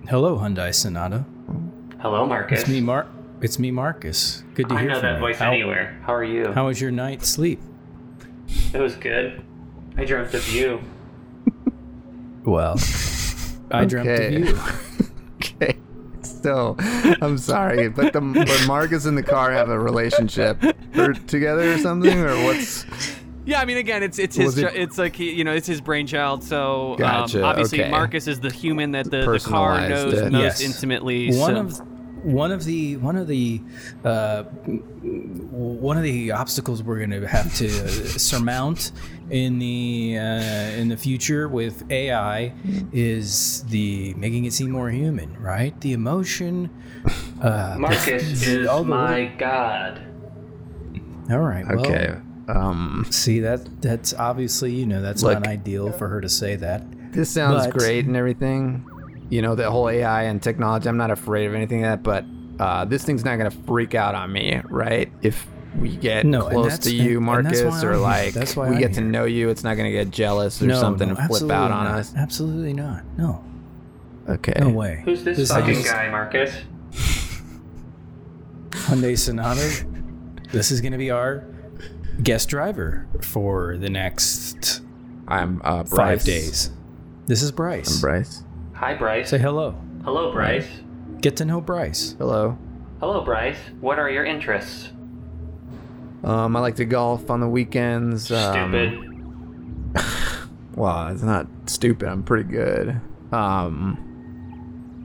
Speaker 4: hello, Hyundai Sonata.
Speaker 2: Hello, Marcus.
Speaker 4: It's me, Mar. It's me, Marcus. Good to
Speaker 2: I
Speaker 4: hear
Speaker 2: know
Speaker 4: from
Speaker 2: that
Speaker 4: you.
Speaker 2: voice
Speaker 4: how,
Speaker 2: anywhere. How are you?
Speaker 4: How was your night's sleep?
Speaker 2: it was good. I dreamt of you.
Speaker 4: Well, I dreamt of
Speaker 3: Okay.
Speaker 4: you.
Speaker 3: Okay. So, I'm sorry, but the but Marcus and the car have a relationship or together or something or what's
Speaker 2: Yeah, I mean, again, it's it's his,
Speaker 3: Was it-
Speaker 2: chi- it's like he- you know, it's his brainchild. So um,
Speaker 3: Gotcha,
Speaker 2: obviously,
Speaker 3: okay.
Speaker 2: Marcus is the human that the, the car
Speaker 3: Personalized
Speaker 2: knows
Speaker 3: it.
Speaker 2: most
Speaker 4: Yes.
Speaker 2: intimately.
Speaker 4: one
Speaker 2: so-
Speaker 4: of one of the one of the uh, one of the obstacles we're going to have to surmount in the uh, in the future with AI is the making it seem more human, right? The emotion. Uh,
Speaker 5: Marcus is
Speaker 4: all the
Speaker 5: my
Speaker 4: way-
Speaker 5: god.
Speaker 4: All right. Well,
Speaker 3: Okay. Um
Speaker 4: See that that's obviously you know that's
Speaker 3: Look.
Speaker 4: not ideal for her to say that.
Speaker 3: this sounds
Speaker 4: But-
Speaker 3: great and everything. You know, the whole AI and technology, I'm not afraid of anything like that, but uh, this thing's not going to freak out on me, right? If we get
Speaker 4: No, and
Speaker 3: close
Speaker 4: that's-
Speaker 3: to you,
Speaker 4: and- and that's
Speaker 3: Marcus,
Speaker 4: why
Speaker 3: or
Speaker 4: I'm-
Speaker 3: like
Speaker 4: that's why
Speaker 3: we
Speaker 4: I'm
Speaker 3: get to
Speaker 4: here.
Speaker 3: know you, it's not going to get jealous or something and flip
Speaker 4: absolutely
Speaker 3: out on
Speaker 4: not.
Speaker 3: us. Eh.
Speaker 4: Absolutely not. No,
Speaker 3: Okay.
Speaker 4: no way.
Speaker 5: Who's this,
Speaker 4: This is
Speaker 5: fucking
Speaker 4: just-
Speaker 5: guy, Marcus?
Speaker 4: Hyundai Sonata. This is going to be our guest driver for the next
Speaker 3: I'm uh, Bryce.
Speaker 4: five days. This is Bryce.
Speaker 3: I'm Bryce.
Speaker 5: Hi, Bryce.
Speaker 4: Say hello.
Speaker 5: Hello, Bryce.
Speaker 4: Get to know Bryce.
Speaker 3: Hello.
Speaker 5: Hello, Bryce. What are your interests?
Speaker 3: Um, I like to golf on the weekends. Um,
Speaker 5: Stupid.
Speaker 3: Well, it's not stupid. I'm pretty good. Um,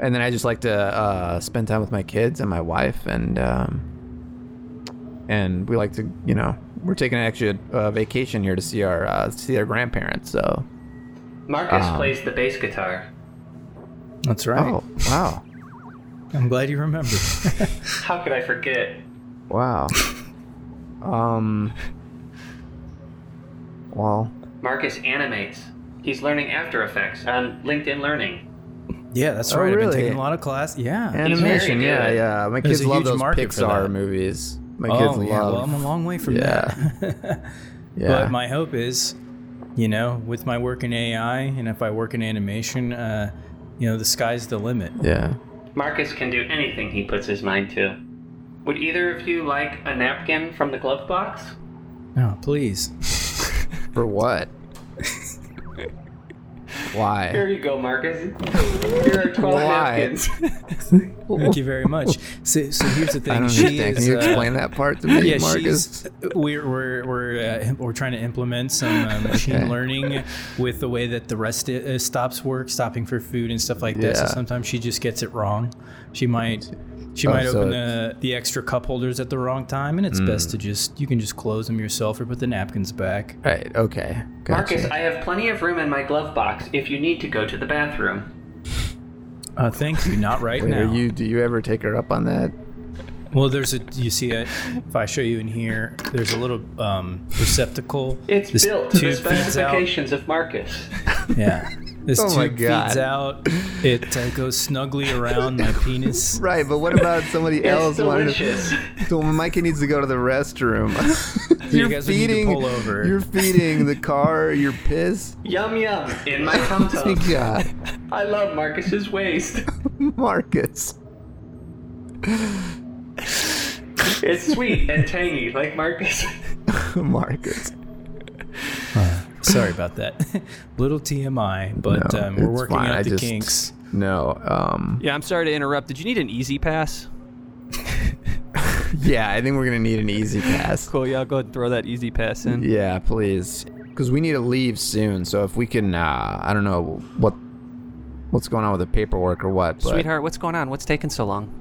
Speaker 3: and then I just like to uh, spend time with my kids and my wife, and um, and we like to, you know, we're taking an extra uh, vacation here to see our uh, see our grandparents. So,
Speaker 5: Marcus
Speaker 3: um,
Speaker 5: plays the bass guitar.
Speaker 4: That's right.
Speaker 3: oh wow,
Speaker 4: I'm glad you remember.
Speaker 5: How could I forget?
Speaker 3: wow. um, well,
Speaker 5: Marcus animates. He's learning After Effects on LinkedIn Learning.
Speaker 4: yeah, that's
Speaker 3: Oh,
Speaker 4: right. I've
Speaker 3: really?
Speaker 4: been taking a lot of class. Yeah.
Speaker 3: animation.
Speaker 5: very
Speaker 3: Yeah,
Speaker 5: good.
Speaker 3: yeah. My
Speaker 4: There's
Speaker 3: kids
Speaker 4: a
Speaker 3: love
Speaker 4: huge
Speaker 3: those
Speaker 4: market for
Speaker 3: Pixar
Speaker 4: that.
Speaker 3: movies. My kids
Speaker 4: oh,
Speaker 3: love.
Speaker 4: yeah. Well, I'm a long way from
Speaker 3: Yeah.
Speaker 4: that.
Speaker 3: yeah.
Speaker 4: But my hope is, you know, with my work in AI and if I work in animation, uh, you know, the sky's the limit.
Speaker 3: yeah.
Speaker 5: Marcus can do anything he puts his mind to. Would either of you like a napkin from the glove box?
Speaker 4: Oh, please.
Speaker 3: For what? Why?
Speaker 5: Here you go, Marcus. Here are 12
Speaker 3: Why?
Speaker 5: napkins.
Speaker 4: Thank you very much. So, so here's the thing.
Speaker 3: I don't
Speaker 4: she
Speaker 3: understand. Can
Speaker 4: is,
Speaker 3: you
Speaker 4: uh,
Speaker 3: explain that part to me,
Speaker 4: yeah,
Speaker 3: Marcus?
Speaker 4: she's- we're we're we're, uh, im- we're trying to implement some uh, machine
Speaker 3: Okay.
Speaker 4: learning with the way that the rest i- uh, stops work, stopping for food and stuff like that. So
Speaker 3: Yeah.
Speaker 4: sometimes she just gets it wrong. She might she
Speaker 3: Oh,
Speaker 4: might
Speaker 3: so Hmm.
Speaker 4: open
Speaker 3: it's-
Speaker 4: the, the extra cup holders at the wrong time, and it's best to just you can just close them yourself or put the napkins back.
Speaker 3: Right. Okay. Gotcha.
Speaker 5: Marcus, I have plenty of room in my glove box if you need to go to the bathroom.
Speaker 4: Uh, thank you. Not right
Speaker 3: Wait,
Speaker 4: now.
Speaker 3: are you? Do you ever take her up on that?
Speaker 4: well, there's a you see it. If I show you in here, there's a little um, receptacle.
Speaker 5: It's
Speaker 4: This
Speaker 5: built to the
Speaker 4: tube feeds out.
Speaker 5: specifications of Marcus.
Speaker 4: Yeah. This
Speaker 3: Oh my
Speaker 4: tube
Speaker 3: God.
Speaker 4: feeds out. It uh, goes snugly around my penis.
Speaker 3: Right. But what about somebody
Speaker 5: It's
Speaker 3: else? wanting to-
Speaker 5: delicious.
Speaker 3: So when Mikey needs to go to the restroom.
Speaker 4: You guys would need to pull over.
Speaker 3: You're feeding the car. Your piss.
Speaker 5: yum yum in my tum
Speaker 3: My
Speaker 5: tum.
Speaker 3: God,
Speaker 5: I love Marcus's waist.
Speaker 3: Marcus.
Speaker 5: It's sweet and tangy like Marcus.
Speaker 3: Marcus.
Speaker 4: Sorry about that. Little TMI, but
Speaker 3: No,
Speaker 4: um, we're
Speaker 3: it's
Speaker 4: working
Speaker 3: fine.
Speaker 4: out
Speaker 3: I
Speaker 4: the
Speaker 3: just-
Speaker 4: kinks.
Speaker 3: No. Um.
Speaker 2: yeah, I'm sorry to interrupt. Did you need an easy pass?
Speaker 3: Yeah. I think we're gonna need an easy pass.
Speaker 2: Cool. Yeah, I'll go ahead and throw that easy pass in.
Speaker 3: Yeah, please. Because we need to leave soon. So if we can, uh, I don't know what what's going on with the paperwork or what. But,
Speaker 2: Sweetheart, what's going on? What's taking so long?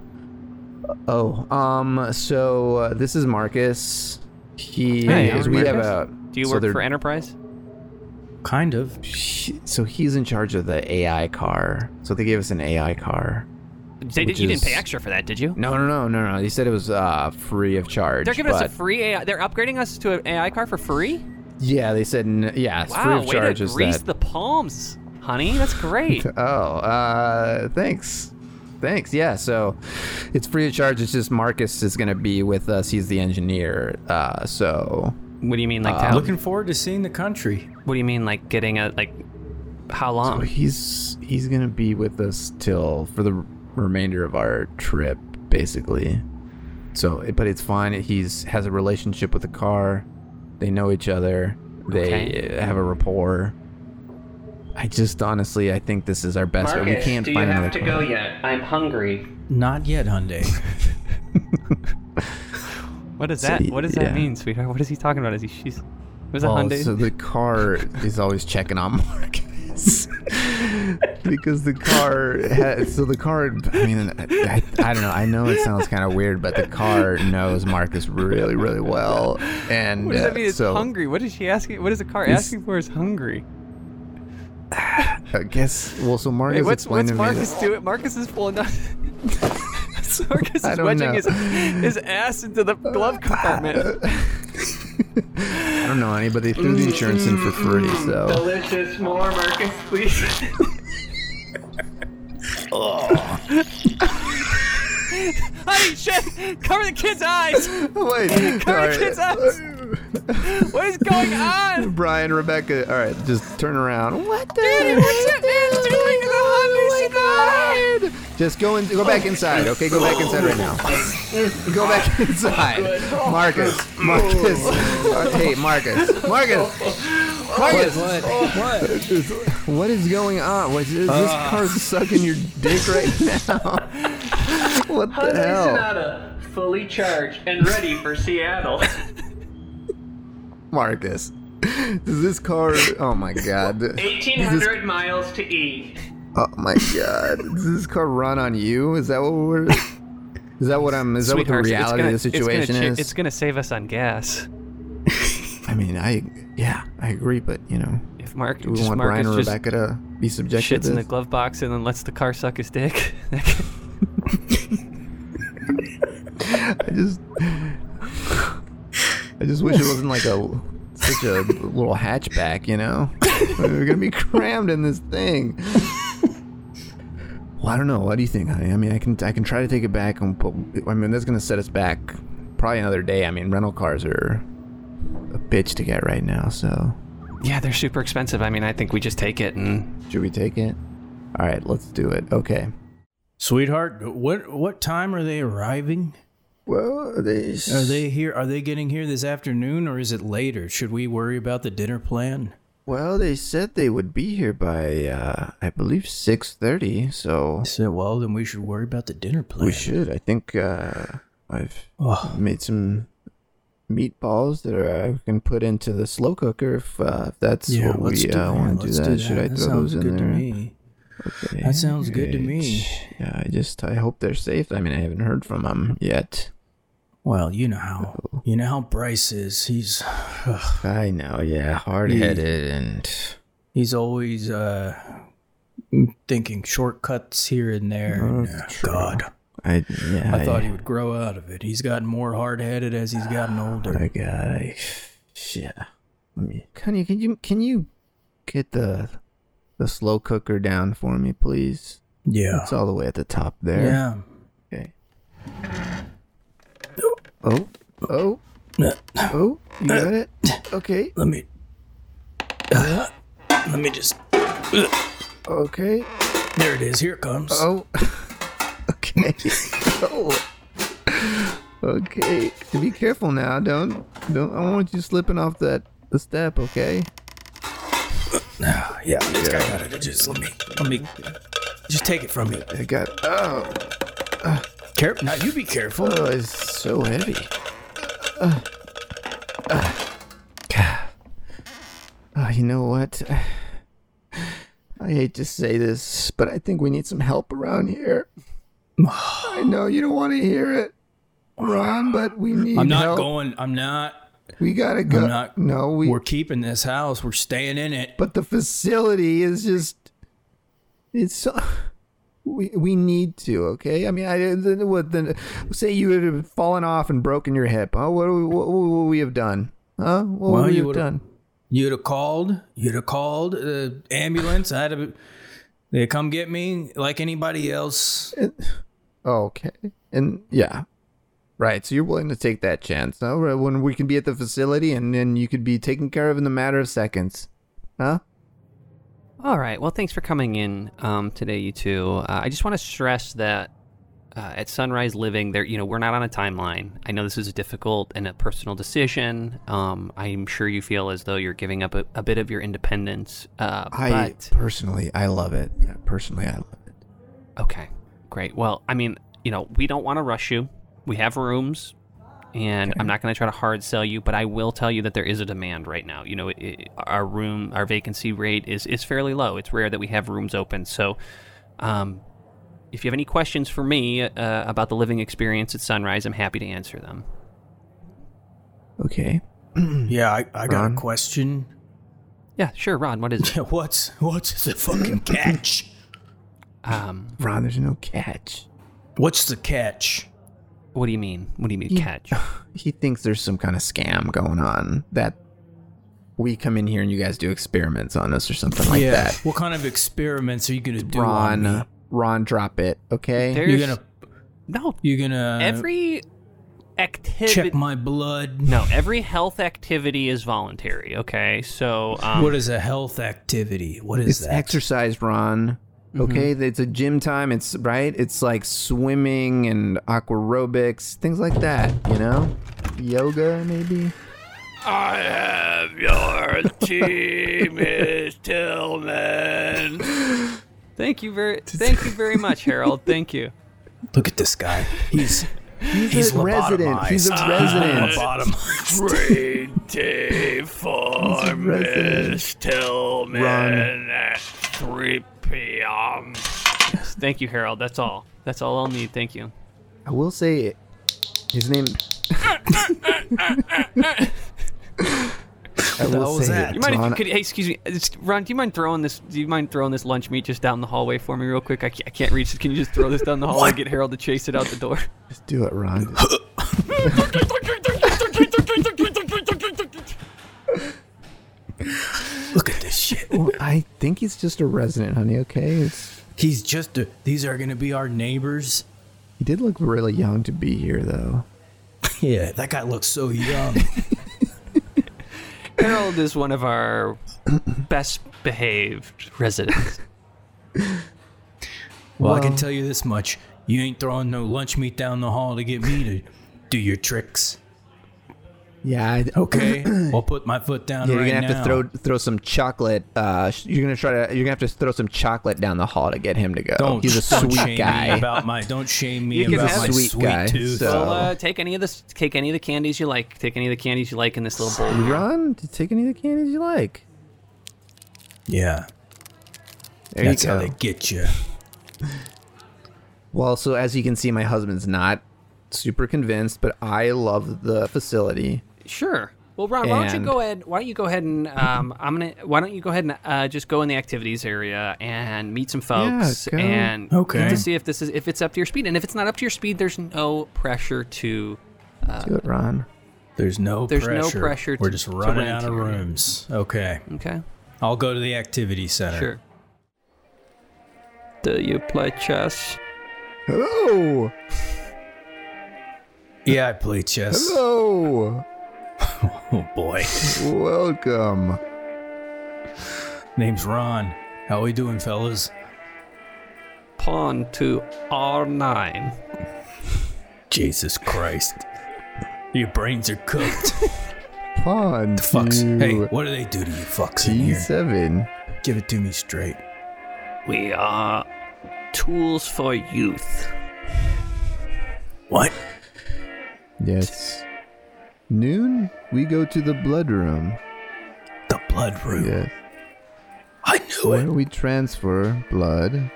Speaker 3: Oh, um. So uh, this is Marcus. He
Speaker 2: Hey,
Speaker 3: is
Speaker 2: I'm
Speaker 3: we have
Speaker 2: Marcus.
Speaker 3: a.
Speaker 2: Do you
Speaker 3: so
Speaker 2: work
Speaker 3: they're-
Speaker 2: for Enterprise?
Speaker 4: Kind of.
Speaker 3: he- So he's in charge of the AI car. So they gave us an AI car.
Speaker 2: They
Speaker 3: Which
Speaker 2: did, you didn't pay
Speaker 3: is-
Speaker 2: extra for that, did you?
Speaker 3: No, no, no, no, no. He said it was uh, free of charge.
Speaker 2: They're giving us a
Speaker 3: but-
Speaker 2: free AI. They're upgrading us to an AI car for free.
Speaker 3: Yeah, they said n- yeah, it's free
Speaker 2: Wow,
Speaker 3: of
Speaker 2: way
Speaker 3: charge.
Speaker 2: to
Speaker 3: is
Speaker 2: grease
Speaker 3: that?
Speaker 2: the palms, honey. That's great.
Speaker 3: Oh, uh, Oh, thanks. Thanks. Yeah. So it's free of charge. It's just Marcus is going to be with us. He's the engineer. Uh, so
Speaker 2: What do you mean, like? to
Speaker 3: Uh,
Speaker 2: how,
Speaker 4: Looking forward to seeing the country.
Speaker 2: what do you mean, like getting a like? How long?
Speaker 3: he's he's going to be with us till for the remainder of our trip, basically. So, but it's fine. He's has a relationship with the car. They know each other. They
Speaker 2: Okay.
Speaker 3: have a rapport. I just honestly, I think this is our best.
Speaker 5: Marcus,
Speaker 3: we can't
Speaker 5: do you
Speaker 3: find
Speaker 5: have
Speaker 3: another
Speaker 5: to
Speaker 3: car.
Speaker 5: go yet? I'm hungry.
Speaker 4: Not yet, Hyundai.
Speaker 2: What does
Speaker 3: So,
Speaker 2: that? What does
Speaker 3: yeah.
Speaker 2: that mean, sweetheart? What is he talking about? Is he? She's. Was it
Speaker 3: Oh,
Speaker 2: Hyundai?
Speaker 3: so the car is always checking on Marcus because the car. Ha- so the car. I mean, I, I don't know. I know it sounds kind of weird, but the car knows Marcus really, really well, and
Speaker 2: what does
Speaker 3: uh,
Speaker 2: that mean? It's
Speaker 3: so
Speaker 2: hungry. What is she asking? What is the car
Speaker 3: It's-
Speaker 2: asking for? Is hungry.
Speaker 3: I guess. Well, so Marcus
Speaker 2: Wait, what's
Speaker 3: explained
Speaker 2: what's
Speaker 3: to
Speaker 2: Marcus
Speaker 3: me.
Speaker 2: doing? Marcus is pulling down. Marcus
Speaker 3: I
Speaker 2: is
Speaker 3: don't
Speaker 2: wedging
Speaker 3: know.
Speaker 2: his, his ass into the glove compartment.
Speaker 3: That, I don't know any, but they threw the insurance in for free, so
Speaker 5: Delicious. More, Marcus, please.
Speaker 3: Oh.
Speaker 2: Honey, shit! Cover the kid's eyes.
Speaker 3: wait.
Speaker 2: Cover the kid's eyes. What is going on?
Speaker 3: Brian, Rebecca. All right, just turn around. What the? oh Just go and go back inside. Okay, go back inside right now. Go back inside, Marcus. Marcus. Uh, Hey, Marcus. Marcus. Marcus.
Speaker 4: what?
Speaker 3: Oh.
Speaker 4: What?
Speaker 3: What is going on? What is is this car sucking your dick right now? What the
Speaker 5: Hyundai
Speaker 3: hell,
Speaker 5: Sonata, fully charged and ready for Seattle.
Speaker 3: Marcus? Does this car? Oh my god.
Speaker 5: 1,800 miles to E.
Speaker 3: Oh my god. Does this car run on you? Is that what we're Is that what I'm is that what the
Speaker 2: Sweetheart, it's
Speaker 3: reality
Speaker 2: gonna-
Speaker 3: of the situation
Speaker 2: it's gonna,
Speaker 3: is?
Speaker 2: It's gonna save us on gas.
Speaker 3: I mean I yeah, I agree, but you know,
Speaker 2: If Mark,
Speaker 3: do we
Speaker 2: just
Speaker 3: want
Speaker 2: Marcus
Speaker 3: Brian or
Speaker 2: just
Speaker 3: Rebecca to be subjected
Speaker 2: shits
Speaker 3: to
Speaker 2: in the
Speaker 3: this?
Speaker 2: glove box and then lets the car suck his dick.
Speaker 3: I just I just wish it wasn't like a such a little hatchback, you know? We're gonna be crammed in this thing. Well, I don't know. What do you think, honey? I mean, I can I can try to take it back, and but I mean that's gonna set us back probably another day. I mean, rental cars are a bitch to get right now. So
Speaker 2: yeah, they're super expensive. I mean, I think we just take it and
Speaker 3: should we take it? All right, let's do it. Okay.
Speaker 4: Sweetheart, what what time are they arriving?
Speaker 3: Well, they
Speaker 4: Are they here? Are they getting here this afternoon, or is it later? Should we worry about the dinner plan?
Speaker 3: well they said they would be here by uh, I believe six thirty. So
Speaker 4: I said, well, then we should worry about the dinner plan.
Speaker 3: We should. I think uh, I've
Speaker 4: Oh,
Speaker 3: made some meatballs that are, I can put into the slow cooker if, uh, if that's
Speaker 4: yeah,
Speaker 3: what
Speaker 4: let's
Speaker 3: we
Speaker 4: do,
Speaker 3: uh,
Speaker 4: yeah,
Speaker 3: want to do
Speaker 4: let's
Speaker 3: that. Should I
Speaker 4: That
Speaker 3: throw those
Speaker 4: sounds
Speaker 3: in
Speaker 4: good
Speaker 3: there?
Speaker 4: To me. That sounds good to me.
Speaker 3: Great. Yeah, I just I hope they're safe. I mean, I haven't heard from them yet.
Speaker 4: Well, you know
Speaker 3: Oh.
Speaker 4: how you know how Bryce is. He's
Speaker 3: I know. Yeah, hard headed and
Speaker 4: he's always uh thinking shortcuts here and there. Yeah, God,
Speaker 3: I yeah.
Speaker 4: I thought he would grow out of it. He's gotten more hard-headed as he's gotten older.
Speaker 3: I got. I shit. Let me. Honey, can you can you get the the slow cooker down for me, please?
Speaker 4: Yeah,
Speaker 3: It's all the way at the top there.
Speaker 4: yeah.
Speaker 3: Okay. Oh, oh,
Speaker 4: Let
Speaker 3: oh, you got it? Okay,
Speaker 4: me uh, let me just.
Speaker 3: okay,
Speaker 4: There it is. Here it comes.
Speaker 3: oh, okay, oh, okay. Be careful now. Don't, don't, I don't want you slipping off that the step, okay?
Speaker 4: Ah, Yeah, I just got it. Just let me, let me, just take it from me.
Speaker 3: I got, oh,
Speaker 4: Care- now you be careful.
Speaker 3: oh, it's so heavy. Uh, uh, oh, you know what? I hate to say this, but I think we need some help around here. I know you don't want to hear it, Ron, but we need
Speaker 4: I'm not
Speaker 3: help.
Speaker 4: going. I'm not.
Speaker 3: We gotta go.
Speaker 4: I'm not-
Speaker 3: no, we.
Speaker 4: We're keeping this house. We're staying in it.
Speaker 3: But the facility is just. It's. so- We we need to. Okay. I mean, I then what then? Say you would have fallen off and broken your hip. Huh? What do we- what, what would we have done? Huh? What
Speaker 4: Well,
Speaker 3: would we
Speaker 4: you
Speaker 3: have
Speaker 4: would've-
Speaker 3: done?
Speaker 4: You'd have called. You'd have called uh, ambulance. I'd have. They come get me like anybody else.
Speaker 3: Okay. And yeah. Right. So you're willing to take that chance. All right. When we can be at the facility and then you could be taken care of in a matter of seconds. Huh?
Speaker 2: All right. Well, thanks for coming in um, today, you two. Uh, I just want to stress that uh, at Sunrise Living, there, you know, we're not on a timeline. I know this is a difficult and a personal decision. Um, I'm sure you feel as though you're giving up a, a bit of your independence. Uh,
Speaker 3: I
Speaker 2: but
Speaker 3: personally, I love it. Yeah, personally, I love it.
Speaker 2: okay, great. Well, I mean, you know, we don't want to rush you. We have rooms, and I'm not going to try to hard sell you, but I will tell you that there is a demand right now. You know, it, it, our room, our vacancy rate is is fairly low. It's rare that we have rooms open, so. Um, if you have any questions for me uh, about the living experience at Sunrise, I'm happy to answer them.
Speaker 3: Okay.
Speaker 4: Yeah, I, I got
Speaker 3: Mm. Ron?
Speaker 4: a question.
Speaker 2: Yeah, sure, Ron. What is it?
Speaker 4: What's what's the fucking catch?
Speaker 2: Um,
Speaker 3: Ron, there's no catch.
Speaker 4: What's the catch?
Speaker 2: what do you mean? What do you mean
Speaker 3: You-
Speaker 2: catch?
Speaker 3: He thinks there's some kind of scam going on that we come in here and you guys do experiments on us or something like that.
Speaker 4: What kind of experiments are you gonna do on me?
Speaker 3: Ron, uh, Ron, drop it. Okay.
Speaker 2: There's
Speaker 4: You're gonna
Speaker 2: no
Speaker 4: you're gonna
Speaker 2: every activity.
Speaker 4: check my blood.
Speaker 2: no, every health activity is voluntary. Okay, so um,
Speaker 4: What is a health activity? What is
Speaker 3: It's
Speaker 4: that? Mm-hmm.
Speaker 3: exercise, Ron. Okay, it's a gym time. It's right. It's like swimming and aquarobics, things like that. You know, yoga maybe.
Speaker 2: I have your team is Tillman. Thank you very, thank you very much, Harold. Thank you.
Speaker 4: Look at this guy. He's he's,
Speaker 3: a resident. He's a
Speaker 4: lobotomized.
Speaker 3: resident.
Speaker 4: Lobotomized.
Speaker 2: Great day for
Speaker 3: resident.
Speaker 2: Tillman
Speaker 3: Run.
Speaker 2: at 3 p.m. Thank you, Harold. That's all. That's all I'll need. Thank you.
Speaker 3: I will say it. His name. I will
Speaker 4: hell was
Speaker 3: say
Speaker 4: that?
Speaker 3: it,
Speaker 2: You mind if
Speaker 3: Ron.
Speaker 2: you could? Hey, excuse me, it's, Ron. Do you mind throwing this? Do you mind throwing this lunch meat just down the hallway for me, real quick? I can't, I can't reach it. Can you just throw this down the hallway? and Get Harold to chase it out the door.
Speaker 3: Just do it, Ron.
Speaker 4: Look at this shit.
Speaker 3: Well, I think he's just a resident, honey. Okay, it's,
Speaker 4: He's just a, these are gonna be our neighbors.
Speaker 3: he did look really young to be here, though.
Speaker 4: Yeah, that guy looks so young.
Speaker 2: Harold is one of our best behaved residents.
Speaker 4: Well, I can
Speaker 3: Well-
Speaker 4: tell you this much: you ain't throwing no lunch meat down the hall to get me to do your tricks.
Speaker 3: Yeah. I,
Speaker 4: Okay, I'll put my foot down
Speaker 3: Yeah,
Speaker 4: right
Speaker 3: you're gonna have
Speaker 4: now.
Speaker 3: to throw throw some chocolate. Uh, sh- you're gonna try to. You're gonna have to throw some chocolate down the hall to get him to go.
Speaker 4: Don't,
Speaker 3: He's a
Speaker 4: don't shame
Speaker 3: sweet
Speaker 4: me
Speaker 3: guy.
Speaker 4: about my. Don't shame me
Speaker 2: You can
Speaker 4: about
Speaker 2: have
Speaker 4: my
Speaker 2: a
Speaker 4: sweet,
Speaker 3: sweet guy,
Speaker 4: tooth.
Speaker 3: so-
Speaker 2: Well, uh, take any of this. Take any of the candies you like. Take any of the candies you like in this little bowl. here.
Speaker 3: Ron, to take any of the candies you like.
Speaker 4: Yeah,
Speaker 3: There
Speaker 4: that's
Speaker 3: you go.
Speaker 4: how they get you.
Speaker 3: Well, so as you can see, my husband's not super convinced, but I love the facility.
Speaker 2: Sure. Well, Ron, why don't
Speaker 3: And-
Speaker 2: you go ahead? Why don't you go ahead and um, I'm gonna. Why don't you go ahead and uh, just go in the activities area and meet some folks
Speaker 3: go.
Speaker 2: and
Speaker 4: Okay.
Speaker 2: to see if this is if it's up to your speed. And if it's not up to your speed, there's no pressure to.
Speaker 3: Do it, Ron.
Speaker 4: There's no
Speaker 2: There's no
Speaker 4: pressure.
Speaker 2: pressure
Speaker 4: We're
Speaker 2: to-
Speaker 4: just
Speaker 2: to
Speaker 4: running
Speaker 2: rent
Speaker 4: out of
Speaker 2: here.
Speaker 4: rooms. Okay,
Speaker 2: Okay.
Speaker 4: I'll go to the activity center.
Speaker 2: Sure. Do you play chess?
Speaker 3: Hello,
Speaker 4: Yeah, I play chess.
Speaker 3: hello,
Speaker 4: Oh boy,
Speaker 3: welcome.
Speaker 4: name's Ron. How we doing, fellas?
Speaker 2: Pawn to R9.
Speaker 4: Jesus Christ, your brains are cooked.
Speaker 3: Pawn
Speaker 4: The fucks. Hey,
Speaker 3: to
Speaker 4: what do they do to you fucks in
Speaker 3: T
Speaker 4: here?
Speaker 3: seven.
Speaker 4: Give it to me straight.
Speaker 2: We are tools for youth.
Speaker 4: What?
Speaker 3: Yes. Noon, we go to the blood room.
Speaker 4: The blood room.
Speaker 3: Yes.
Speaker 4: I knew
Speaker 3: Where we transfer blood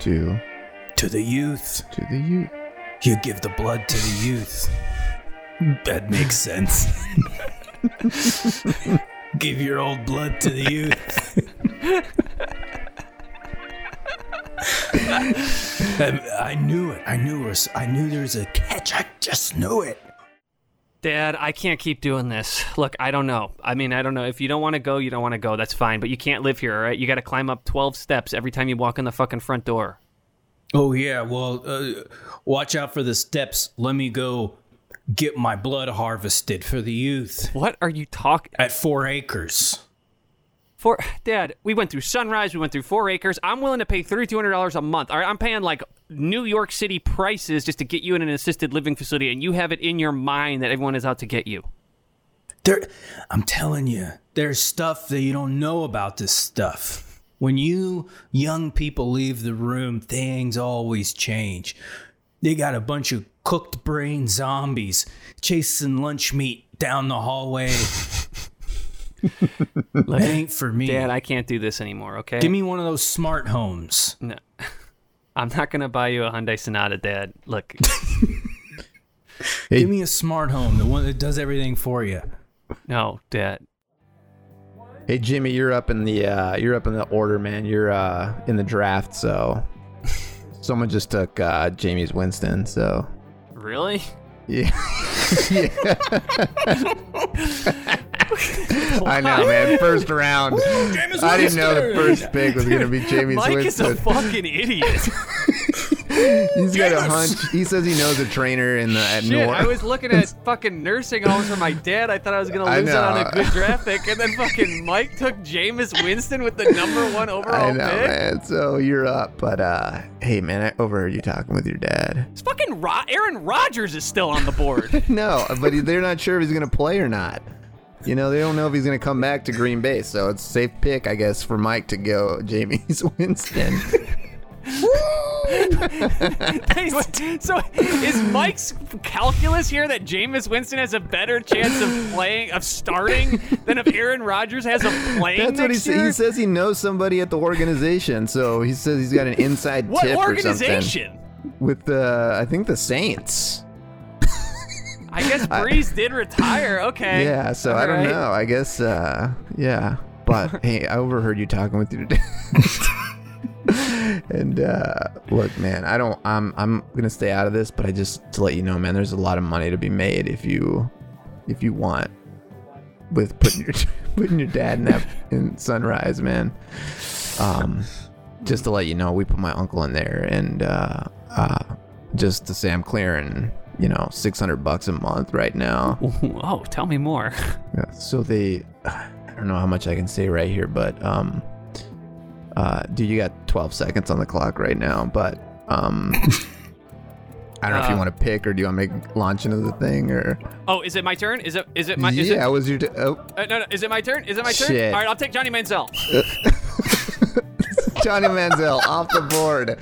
Speaker 3: to
Speaker 4: To the youth.
Speaker 3: to the youth.
Speaker 4: You give the blood to the youth. That makes sense. give your old blood to the youth. I, I knew it. I knew it. I knew there was a catch. I just knew it.
Speaker 2: Dad, I can't keep doing this. Look, I don't know. I mean, I don't know. If you don't want to go, you don't want to go. That's fine. But you can't live here, all right? You got to climb up 12 steps every time you walk in the fucking front door.
Speaker 4: Oh yeah, well, uh, watch out for the steps. Let me go get my blood harvested for the youth
Speaker 2: What are you talking
Speaker 4: at four acres.
Speaker 2: for? Dad, we went through Sunrise. We went through Four Acres. I'm willing to pay $3,200 a month. All right? I'm paying like New York City prices just to get you in an assisted living facility, and you have it in your mind that everyone is out to get you.
Speaker 4: There, I'm telling you, there's stuff that you don't know about this stuff. When you young people leave the room, things always change. They got a bunch of cooked brain zombies chasing lunch meat down the hallway. that ain't for me.
Speaker 2: Dad, I can't do this anymore, okay?
Speaker 4: Give me one of those smart homes.
Speaker 2: No. I'm not going to buy you a Hyundai Sonata, Dad. Look,
Speaker 4: Give me a smart home, the one that does everything for you.
Speaker 2: no, Dad.
Speaker 3: Hey Jimmy, you're up in the uh, you're up in the order, man. You're uh, in the draft, so someone just took uh, Jamie's Winston. So
Speaker 2: Really?
Speaker 3: yeah, yeah. I know, man. First round. I didn't know the first pick was gonna be Jamie's
Speaker 2: Mike
Speaker 3: Winston.
Speaker 2: is a fucking idiot.
Speaker 3: He's got a hunch. He says he knows a trainer in the at
Speaker 2: Shit,
Speaker 3: North.
Speaker 2: I was looking at fucking nursing homes for my dad. I thought I was gonna
Speaker 3: I
Speaker 2: lose it on
Speaker 3: know.
Speaker 2: a good draft pick, and then fucking Mike took Jameis Winston with the number one overall
Speaker 3: I know,
Speaker 2: pick.
Speaker 3: man. So you're up, but uh, hey, man, I overheard you talking with your dad.
Speaker 2: It's fucking Ro- Aaron Rodgers is still on the board.
Speaker 3: No, but they're not sure if he's gonna play or not. You know, they don't know if he's gonna come back to Green Bay, so it's a safe pick, I guess, for Mike to go Jamie's Winston.
Speaker 2: so is Mike's calculus here that Jameis Winston has a better chance of playing, of starting, than if Aaron Rodgers has a playing
Speaker 3: That's what he
Speaker 2: next
Speaker 3: says.
Speaker 2: year?
Speaker 3: He says he knows somebody at the organization, so he says he's got an inside
Speaker 2: What
Speaker 3: tip or something
Speaker 2: organization?
Speaker 3: with the, I think the Saints.
Speaker 2: I guess Breeze did retire. Okay.
Speaker 3: Yeah, so I don't
Speaker 2: Alright.
Speaker 3: know. I guess, uh, yeah. But hey, I overheard you talking with your dad. and uh, look, man, I don't. I'm I'm gonna stay out of this, but I just to let you know, man, there's a lot of money to be made if you if you want with putting your putting your dad in that in sunrise, man. Um, just to let you know, we put my uncle in there, and uh, uh, just to say, I'm clearing. You know, six hundred bucks a month right now.
Speaker 2: Oh, tell me more.
Speaker 3: Yeah, so they, I don't know how much I can say right here, but um, uh, dude, you got 12 seconds on the clock right now, but um, I don't know if you
Speaker 2: Uh.
Speaker 3: want to pick or do you want to make launch into the thing or
Speaker 2: Oh, is it my turn? Is it? Is it my? Is
Speaker 3: yeah,
Speaker 2: It,
Speaker 3: was your t- oh,
Speaker 2: uh, no, no. Is it my turn? Is it my turn?
Speaker 3: Shit.
Speaker 2: All right, I'll take Johnny Manziel.
Speaker 3: Johnny Manziel off the board.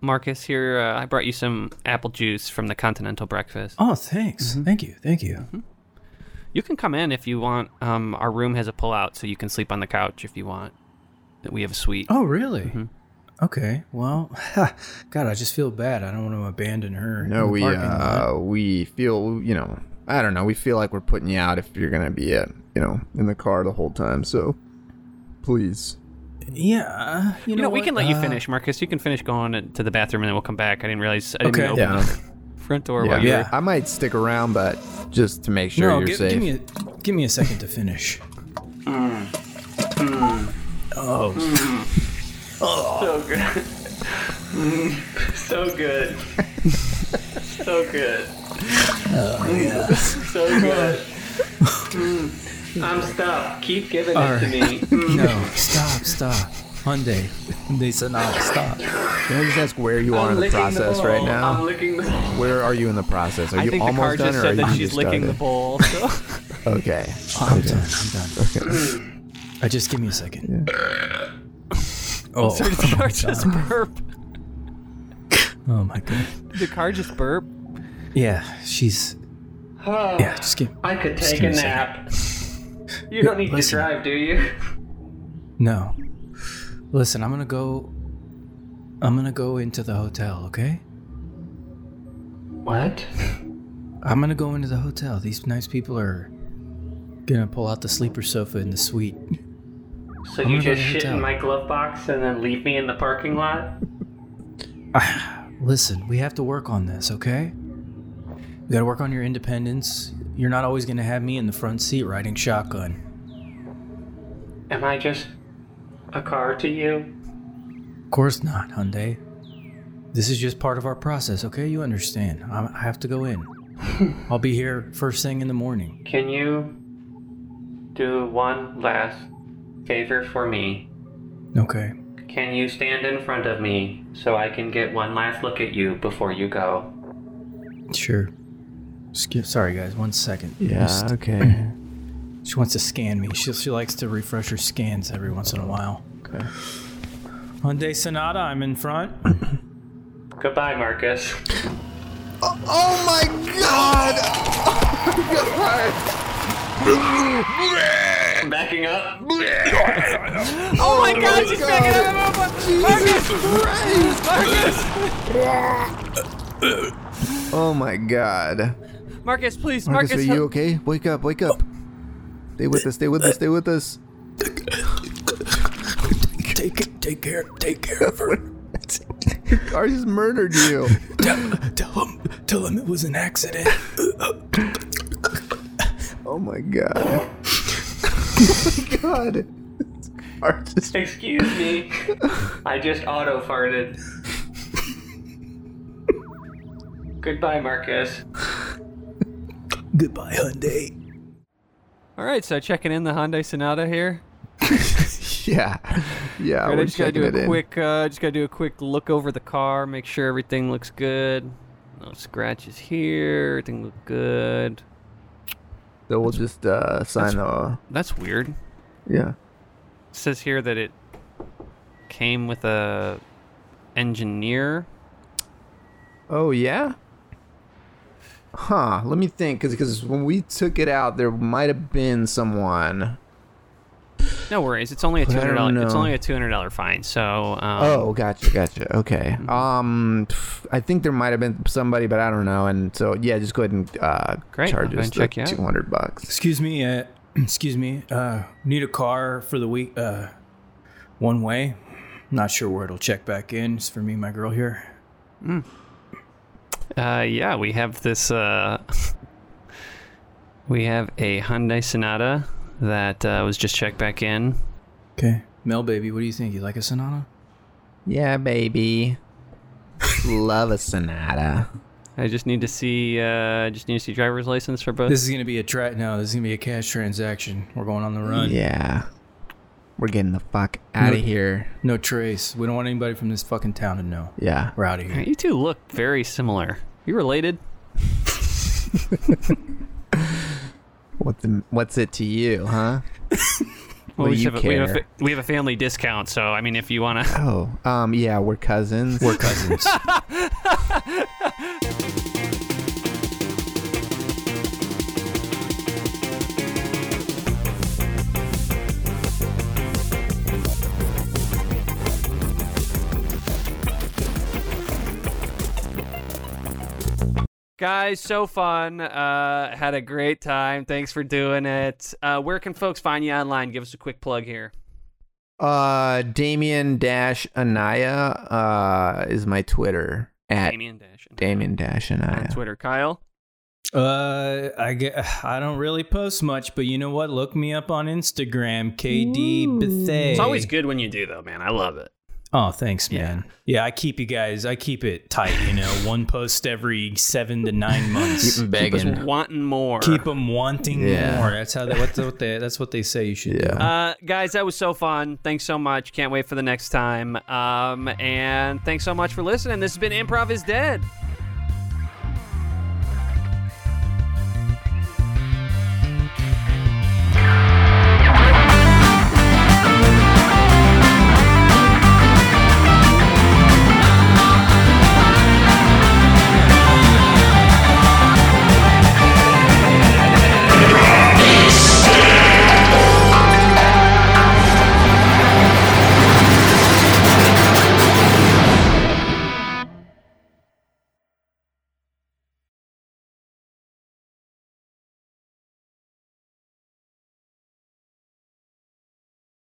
Speaker 2: Marcus, here uh, I brought you some apple juice from the Continental Breakfast.
Speaker 4: Oh, thanks. Thank you. Thank you.
Speaker 2: You can come in if you want. Um, our room has a pullout, so you can sleep on the couch if you want. We have a suite.
Speaker 4: Oh, really? Okay. Well, God, I just feel bad. I don't want to abandon her. in
Speaker 3: No,
Speaker 4: the
Speaker 3: we
Speaker 4: parking lot.
Speaker 3: uh, we feel you know I don't know we feel like we're putting you out if you're gonna be uh, you know in the car the whole time. So please,
Speaker 4: yeah. You know,
Speaker 2: You know, we
Speaker 4: what?
Speaker 2: can let you
Speaker 4: Uh,
Speaker 2: finish, Marcus. You can finish going to the bathroom, and then we'll come back. I didn't realize I didn't
Speaker 4: Okay.
Speaker 2: even open
Speaker 3: yeah,
Speaker 2: the front door
Speaker 3: yeah.
Speaker 2: while you
Speaker 4: Yeah.
Speaker 3: I might stick around, but just to make sure
Speaker 4: no,
Speaker 3: you're
Speaker 4: give,
Speaker 3: safe.
Speaker 4: give me a give me a second to finish. Oh,
Speaker 5: So good. Mm, so good. so good.
Speaker 4: Oh,
Speaker 5: so good. Mm, I'm stuck. Keep giving it to me. Mm,
Speaker 4: no! Stop! Stop! Hyundai, Hyundai Sonata, stop!
Speaker 3: Can I just ask where you are
Speaker 5: I'm
Speaker 3: in the
Speaker 5: licking
Speaker 3: process
Speaker 5: the bowl.
Speaker 3: right now?
Speaker 5: I'm licking the
Speaker 3: where are you in the process? Are
Speaker 2: I
Speaker 3: you
Speaker 2: think the
Speaker 3: almost
Speaker 2: car
Speaker 3: done,
Speaker 2: just
Speaker 3: or
Speaker 2: said
Speaker 3: are
Speaker 2: that
Speaker 3: you
Speaker 2: she's
Speaker 3: just
Speaker 2: licking the
Speaker 3: started?
Speaker 2: bowl.
Speaker 3: Okay.
Speaker 4: Oh, I'm done. I'm done. Uh, just give me a second. Oh,
Speaker 2: the car just burp.
Speaker 4: oh my God!
Speaker 2: The car just burp.
Speaker 4: Yeah, she's. Yeah, just give.
Speaker 5: I could
Speaker 4: Just
Speaker 5: take
Speaker 4: give
Speaker 5: a
Speaker 4: me a
Speaker 5: nap. You don't need
Speaker 4: Listen.
Speaker 5: to drive, do you?
Speaker 4: No. Listen, I'm gonna go. I'm gonna go into the hotel, okay?
Speaker 5: What?
Speaker 4: I'm gonna go into the hotel. These nice people are gonna pull out the sleeper sofa in the suite.
Speaker 5: So
Speaker 4: I'm
Speaker 5: you
Speaker 4: gonna go
Speaker 5: just
Speaker 4: to the
Speaker 5: shit in
Speaker 4: hotel.
Speaker 5: my glove box and then leave me in the parking lot?
Speaker 4: Listen, we have to work on this, okay? We gotta work on your independence. You're not always gonna have me in the front seat riding shotgun.
Speaker 5: Am I just a car to you?
Speaker 4: Of course not, Hyundai. This is just part of our process, okay? You understand. I'm, I have to go in. I'll be here first thing in the morning.
Speaker 5: Can you do one last favor for me?
Speaker 4: Okay.
Speaker 5: Can you stand in front of me so I can get one last look at you before you go?
Speaker 4: Sure. Skip. Sorry, guys. One second. Just-
Speaker 2: okay.
Speaker 4: She wants to scan me. She, she likes to refresh her scans every once in a while.
Speaker 2: Okay.
Speaker 4: Hyundai Sonata, I'm in front.
Speaker 5: Goodbye, Marcus.
Speaker 3: Oh my god! Oh
Speaker 5: Backing up.
Speaker 3: my god! oh my god, she's
Speaker 2: backing
Speaker 3: Jesus Christ! Oh my god.
Speaker 2: Marcus, please,
Speaker 3: Marcus,
Speaker 2: Marcus.
Speaker 3: are you okay? Wake up, wake up. Stay with us, stay with us, stay with us.
Speaker 4: Take take care. Take care of her.
Speaker 3: Ours just murdered you.
Speaker 4: Tell, tell him. Tell him it was an accident.
Speaker 3: Oh my god. oh my god. Ours just
Speaker 5: Excuse me. I just auto farted. Goodbye, Marcus.
Speaker 4: Goodbye, Hyundai.
Speaker 2: All right, so checking in the Hyundai Sonata here.
Speaker 3: Yeah. Yeah,
Speaker 2: All right, I
Speaker 3: we're
Speaker 2: just gotta do
Speaker 3: checking it
Speaker 2: a
Speaker 3: in.
Speaker 2: quick, uh, just gotta do a quick look over the car, make sure everything looks good. No scratches here. Everything look good.
Speaker 3: So we'll just uh, sign the.
Speaker 2: That's weird. It
Speaker 3: Yeah.
Speaker 2: says here that it came with a engineer.
Speaker 3: Oh yeah. Huh. Let me think, because when we took it out, there might have been someone.
Speaker 2: No worries. It's only a
Speaker 3: But
Speaker 2: two
Speaker 3: I don't
Speaker 2: hundred dollar. It's
Speaker 3: know.
Speaker 2: only a two hundred dollar fine. So. Um,
Speaker 3: Oh, gotcha, gotcha. Okay.
Speaker 2: Mm-hmm.
Speaker 3: Um, pff, I think there might have been somebody, but I don't know. And so yeah, just go ahead and uh,
Speaker 2: Great, I'll
Speaker 3: charge
Speaker 2: go
Speaker 3: us
Speaker 2: and check you out.
Speaker 3: two hundred bucks.
Speaker 4: Excuse me. Uh, excuse me. Uh, need a car for the week. Uh, one way. Not sure where it'll check back in. It's for me, and my girl here.
Speaker 2: Uh, yeah, we have this. Uh, we have a Hyundai Sonata that uh, was just checked back in.
Speaker 4: Okay. Mel, baby, what do you think? You like a Sonata?
Speaker 3: Yeah, baby. Love a Sonata.
Speaker 2: I just need to see. Uh, just need to see driver's license for both.
Speaker 4: This is gonna be a tra- No, this is gonna be a cash transaction. We're going on the run.
Speaker 3: Yeah. We're getting the fuck out of
Speaker 4: No.
Speaker 3: here.
Speaker 4: No trace. We don't want anybody from this fucking town to know.
Speaker 3: Yeah.
Speaker 4: We're out of
Speaker 2: All right,
Speaker 4: here.
Speaker 2: you two look very similar. You related?
Speaker 3: What's what's it to you, huh? What do
Speaker 2: we, just
Speaker 3: you
Speaker 2: have A, we, have a,
Speaker 3: care?
Speaker 2: fa- we have a family discount, so I mean, if you wanna.
Speaker 3: Oh, um, yeah, we're cousins.
Speaker 4: We're cousins.
Speaker 2: Guys, so fun. Uh, had a great time. Thanks for doing it. Uh, where can folks find you online? Give us a quick plug here.
Speaker 3: Uh, Damien dash Anaya uh is my Twitter at
Speaker 2: Damien Dash.
Speaker 3: Damien dash
Speaker 2: on
Speaker 3: Anaya.
Speaker 2: Twitter. Kyle.
Speaker 4: uh, I get, I don't really post much, but you know what? Look me up on Instagram, KD Bethay.
Speaker 2: It's always good when you do, though, man. I love it.
Speaker 4: Oh, thanks,
Speaker 2: Yeah.
Speaker 4: man. Yeah. I keep you guys. I keep it tight. You know, one post every seven to nine months.
Speaker 2: Keep us wanting more.
Speaker 4: Keep them wanting
Speaker 3: Yeah.
Speaker 4: more. That's how. They, what's what they, that's what they say. You should. do.
Speaker 3: Yeah.
Speaker 2: uh, guys, that was so fun. Thanks so much. Can't wait for the next time. Um, and thanks so much for listening. This has been Improv is Dead.